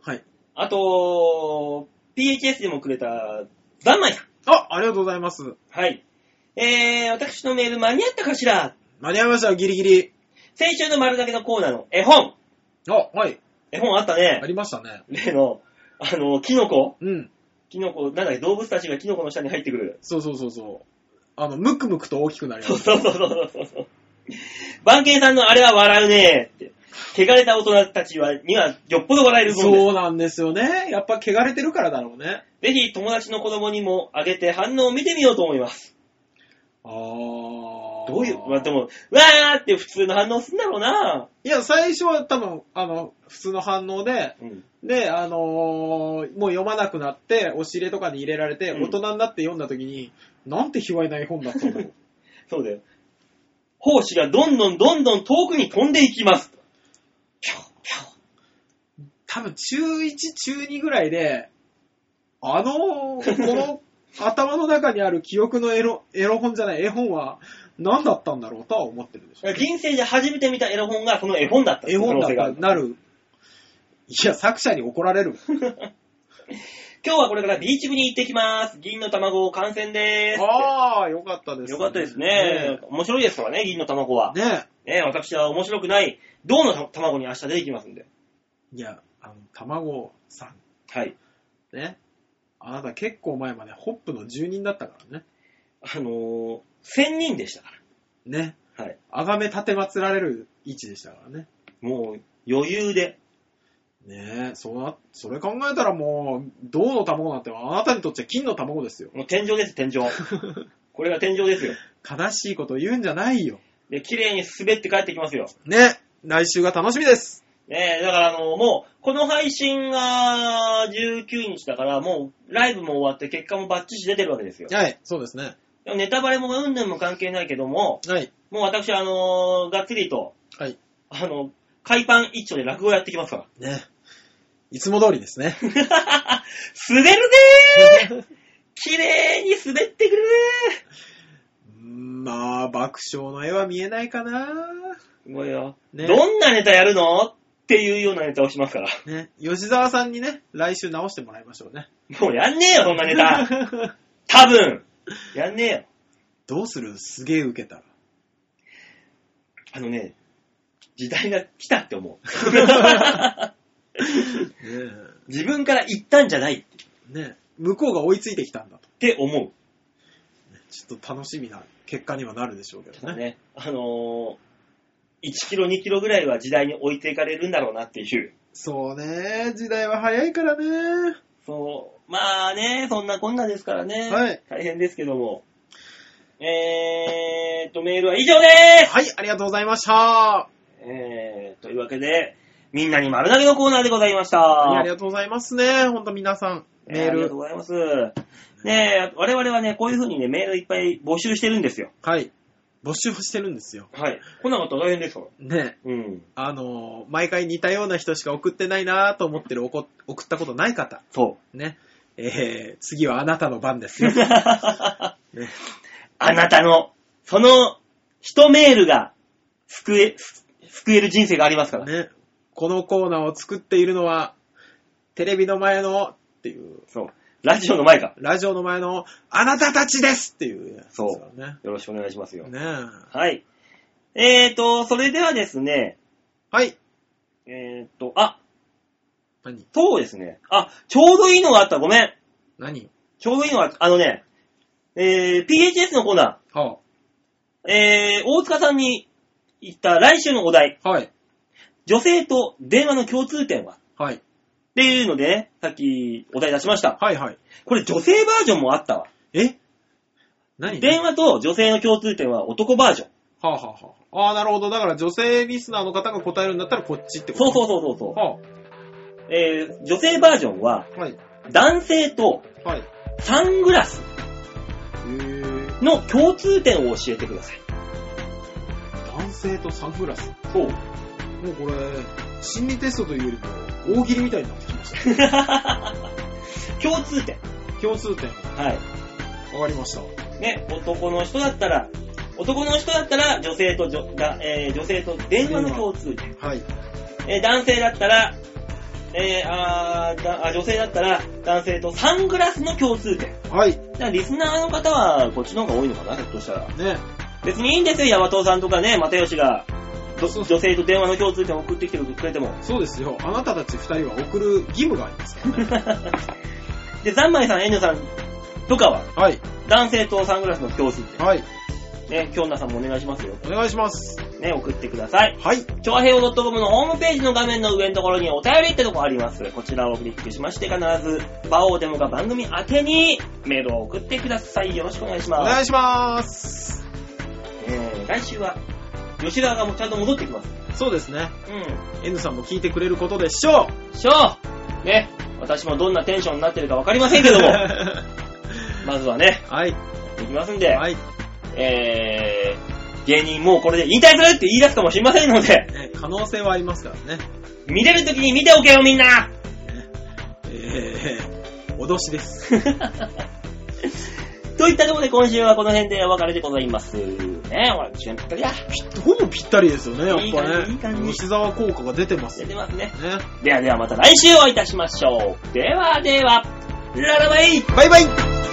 [SPEAKER 2] はい。
[SPEAKER 1] あと、PHS でもくれた、ざんまいさん。
[SPEAKER 2] あ、ありがとうございます。
[SPEAKER 1] はい。えー、私のメール間に合ったかしら
[SPEAKER 2] 間に合いましたよ、ギリギリ。
[SPEAKER 1] 先週の丸だけのコーナーの絵本。
[SPEAKER 2] あ、はい。
[SPEAKER 1] 絵本あった
[SPEAKER 2] あ
[SPEAKER 1] ね。
[SPEAKER 2] りましたね。
[SPEAKER 1] 例の、あの、キノコ
[SPEAKER 2] うん。
[SPEAKER 1] キノコ、なんだっけ、動物たちがキノコの下に入ってくる。
[SPEAKER 2] そうそうそうそう。あの、ムクムクと大きくなり
[SPEAKER 1] そ
[SPEAKER 2] ま
[SPEAKER 1] う
[SPEAKER 2] す。
[SPEAKER 1] そうそうそうそうそう。番犬さんのあれは笑うねーって。汚れた大人たちは、にはよっぽど笑えるもんで
[SPEAKER 2] そうなんですよね。やっぱ汚れてるからだろうね。
[SPEAKER 1] ぜひ友達の子供にもあげて反応を見てみようと思います。
[SPEAKER 2] あー。
[SPEAKER 1] どういう、まあ、でも、わーって普通の反応するんだろうな。
[SPEAKER 2] いや、最初は多分、あの、普通の反応で、
[SPEAKER 1] うん。
[SPEAKER 2] で、あのーもう読まなくなって、押し入れとかに入れられて、
[SPEAKER 1] うん
[SPEAKER 2] 大人になって読んだ時に、なんて卑猥な絵本だったの
[SPEAKER 1] そうだよ。胞子がどんどんどんどん遠くに飛んでいきます。ぴょんぴょん
[SPEAKER 2] 多分、中1、中2ぐらいで、あのーこの頭の中にある記憶のエロ、エロ本じゃない、絵本は何だったんだろうとは思ってるでしょ。
[SPEAKER 1] 人生で初めて見た絵本がその絵本だったってい
[SPEAKER 2] 絵
[SPEAKER 1] う可
[SPEAKER 2] 本
[SPEAKER 1] 能
[SPEAKER 2] だっ
[SPEAKER 1] 性があ
[SPEAKER 2] た
[SPEAKER 1] る。
[SPEAKER 2] なる。いや、作者に怒られる。
[SPEAKER 1] 今日はこれからビーチ部に行ってきます。銀の卵を観戦でーす。
[SPEAKER 2] ああ、よかったです、
[SPEAKER 1] よかったですね。面白いですからね、銀の卵は。
[SPEAKER 2] ねえ。ね
[SPEAKER 1] ね、私は面白くない、銅の卵に明日出てきますんで。
[SPEAKER 2] えいや、あの、卵さん
[SPEAKER 1] はい。
[SPEAKER 2] ね。あなた結構前までホップの住人だったからね。
[SPEAKER 1] あのー、千人でしたか
[SPEAKER 2] ね。
[SPEAKER 1] ら。はい。
[SPEAKER 2] あがめ立てまつられる位置でしたからね。
[SPEAKER 1] もう、余裕で。
[SPEAKER 2] ねえ、そうな、それ考えたらもう、銅の卵なんてあなたにとっちゃ金の卵ですよ。
[SPEAKER 1] もう天井です、天井。これが天井ですよ。
[SPEAKER 2] 悲しいこと言うんじゃないよ。
[SPEAKER 1] で、綺麗に滑って帰ってきますよ。
[SPEAKER 2] ね。来週が楽しみです。
[SPEAKER 1] ねえ、だからあの、もう、この配信が19日だから、もう、ライブも終わって結果もバッチシ出てるわけですよ。
[SPEAKER 2] はい、そうですね。
[SPEAKER 1] でもネタバレもうんぬんも関係ないけども、
[SPEAKER 2] はい。
[SPEAKER 1] もう私はあのーがっつりと、
[SPEAKER 2] はい。
[SPEAKER 1] あの、海パン一丁で落語やってきますから。
[SPEAKER 2] ね。いつも通りですね。
[SPEAKER 1] 滑るね ー綺麗に滑ってくるね
[SPEAKER 2] うんまあ、爆笑の絵は見えないか
[SPEAKER 1] ー
[SPEAKER 2] な。
[SPEAKER 1] すごいよ、
[SPEAKER 2] ね
[SPEAKER 1] どんなネタやるのっていうようなネタをしますから。
[SPEAKER 2] ね。吉沢さんにね、来週直してもらいましょうね。
[SPEAKER 1] もうやんねえよ、そんなネ タ。多分。やんねえよ。
[SPEAKER 2] どうするすげえ受けたら。
[SPEAKER 1] あのね、時代が来たって 思う。自分から言ったんじゃない。
[SPEAKER 2] ねえ。向こうが追いついてきたんだと。
[SPEAKER 1] て思
[SPEAKER 2] ちょっと楽しみな結果にはなるでしょうけ
[SPEAKER 1] う。
[SPEAKER 2] ど
[SPEAKER 1] ね
[SPEAKER 2] ね。
[SPEAKER 1] あのー、1キロ、2キロぐらいは時代に置いていかれるんだろうなっていう。
[SPEAKER 2] そうね、時代は早いからね。
[SPEAKER 1] そう。まあね、そんなこんなですからね。
[SPEAKER 2] はい。
[SPEAKER 1] 大変ですけども。えーっと、メールは以上でーす、
[SPEAKER 2] はい、ありがとうございました。
[SPEAKER 1] えー、というわけで、みんなに丸投げのコーナーでございました。
[SPEAKER 2] ありがとうございますね。ほんと皆さん、
[SPEAKER 1] ね
[SPEAKER 2] メー
[SPEAKER 1] ありが
[SPEAKER 2] ル
[SPEAKER 1] とう。ございます。ねえ、我々はね、こういう風にね、メールいっぱい募集してるんですよ。
[SPEAKER 2] はい。募集をしてるんですよ。
[SPEAKER 1] はい。来なかったら大変ですから。
[SPEAKER 2] ね。
[SPEAKER 1] うん。
[SPEAKER 2] あのー、毎回似たような人しか送ってないなと思ってるおこ送ったことない方。
[SPEAKER 1] そ
[SPEAKER 2] ね。えー、次はあなたの番です よ。
[SPEAKER 1] う。 あなたの、その、一メールが、救え、救える人生がありますから。
[SPEAKER 2] ね。このコーナーを作っているのは、テレビの前のっていう、
[SPEAKER 1] そう。ラジオの前か。
[SPEAKER 2] ラジオの前のあなたたちですっていうやつですからね。
[SPEAKER 1] よろしくお願いしますよ。
[SPEAKER 2] ね
[SPEAKER 1] はい。えーと、それではですね、
[SPEAKER 2] はい。
[SPEAKER 1] えーと、あ、
[SPEAKER 2] 何
[SPEAKER 1] そうですね。あ、ちょうどいいのがあった。ごめん。
[SPEAKER 2] 何
[SPEAKER 1] ちょうどいいのがあった。あのね、えー、PHS のコーナー。
[SPEAKER 2] は
[SPEAKER 1] えー、大塚さんに言った来週のお題、
[SPEAKER 2] あ、はい。
[SPEAKER 1] 女性と電話の共通点は
[SPEAKER 2] はい。
[SPEAKER 1] っていうのでね、さっきお題出しました。
[SPEAKER 2] はいはい。
[SPEAKER 1] これ女性バージョンもあったわ。
[SPEAKER 2] え何
[SPEAKER 1] 電話と女性の共通点は男バージョン。
[SPEAKER 2] はあ、はあはあ、ああ、なるほど。だから女性リスナーの方が答えるんだったらこっちってこ
[SPEAKER 1] そう
[SPEAKER 2] と
[SPEAKER 1] そううそうそうそ
[SPEAKER 2] は
[SPEAKER 1] う。えー、女性バージョンは
[SPEAKER 2] あ、はい。
[SPEAKER 1] 男性と
[SPEAKER 2] はい。へ
[SPEAKER 1] サングラス
[SPEAKER 2] え。
[SPEAKER 1] の共通点を教えてください。
[SPEAKER 2] 男性とサングラス。
[SPEAKER 1] そう。
[SPEAKER 2] もうこれ、心理テストというよりも、大喜利みたいになってき まし た。
[SPEAKER 1] 共通点。
[SPEAKER 2] 共通点。
[SPEAKER 1] はい。
[SPEAKER 2] わかりました。
[SPEAKER 1] ね、男の人だったら、男の人だったら女性と女、だえー女性と電話の共通点。
[SPEAKER 2] はい。
[SPEAKER 1] えー男性だったら、えーあーだあ女性だったら男性とサングラスの共通点。
[SPEAKER 2] はい。
[SPEAKER 1] だからリスナーの方はこっちの方が多いのかな、ひょっとしたら。
[SPEAKER 2] ね。別
[SPEAKER 1] 別にいいんですよ、ヤマトさんとかね、又吉がど
[SPEAKER 2] そう
[SPEAKER 1] 女性と電話の共通点を送ってきてくれても。
[SPEAKER 2] そうですよ。あなたたち二人は送る義務がありますからね。
[SPEAKER 1] で、ザンマイさん、エンヌさんとかは
[SPEAKER 2] はい。
[SPEAKER 1] 男性とサングラスの共通点。
[SPEAKER 2] はい。
[SPEAKER 1] ね、京奈さんもお願いしますよ。
[SPEAKER 2] お願いします。
[SPEAKER 1] ね、送ってください。
[SPEAKER 2] はい。
[SPEAKER 1] 超平洋 .com のホームページの画面の上のところにお便りってとこあります。こちらをクリックしまして必ず、バオーデモが番組宛てにメールを送ってください。よろしくお願いし
[SPEAKER 2] お
[SPEAKER 1] ます。
[SPEAKER 2] 願いします。
[SPEAKER 1] えー、来週は、吉田がもうちゃんと戻ってきます。
[SPEAKER 2] そうですね。
[SPEAKER 1] う
[SPEAKER 2] N さんも聞いてくれることでしょ う。
[SPEAKER 1] ん。しょうね、私もどんなテンションになってるかわかりませんけど も、まずはね、
[SPEAKER 2] はい。
[SPEAKER 1] できますんで、
[SPEAKER 2] はい。
[SPEAKER 1] えー、芸人もうこれで引退するって言い出すかもしれませんので、
[SPEAKER 2] ね可能性はありますからね。
[SPEAKER 1] 見れる時に見ておけよみんな
[SPEAKER 2] えー、脅しです。
[SPEAKER 1] といったところで今週はこの辺でお別れでございます。ねほら、時間ぴったりだ。
[SPEAKER 2] ほぼぴったりですよね、やっ
[SPEAKER 1] いい
[SPEAKER 2] ぱ
[SPEAKER 1] 感じいい感
[SPEAKER 2] ね。
[SPEAKER 1] じ
[SPEAKER 2] 吉沢効果が出てます
[SPEAKER 1] 出
[SPEAKER 2] よね
[SPEAKER 1] て。ますね。ではではまた来週お会いいたしましょう。ではでは、ララバイ
[SPEAKER 2] バイバイ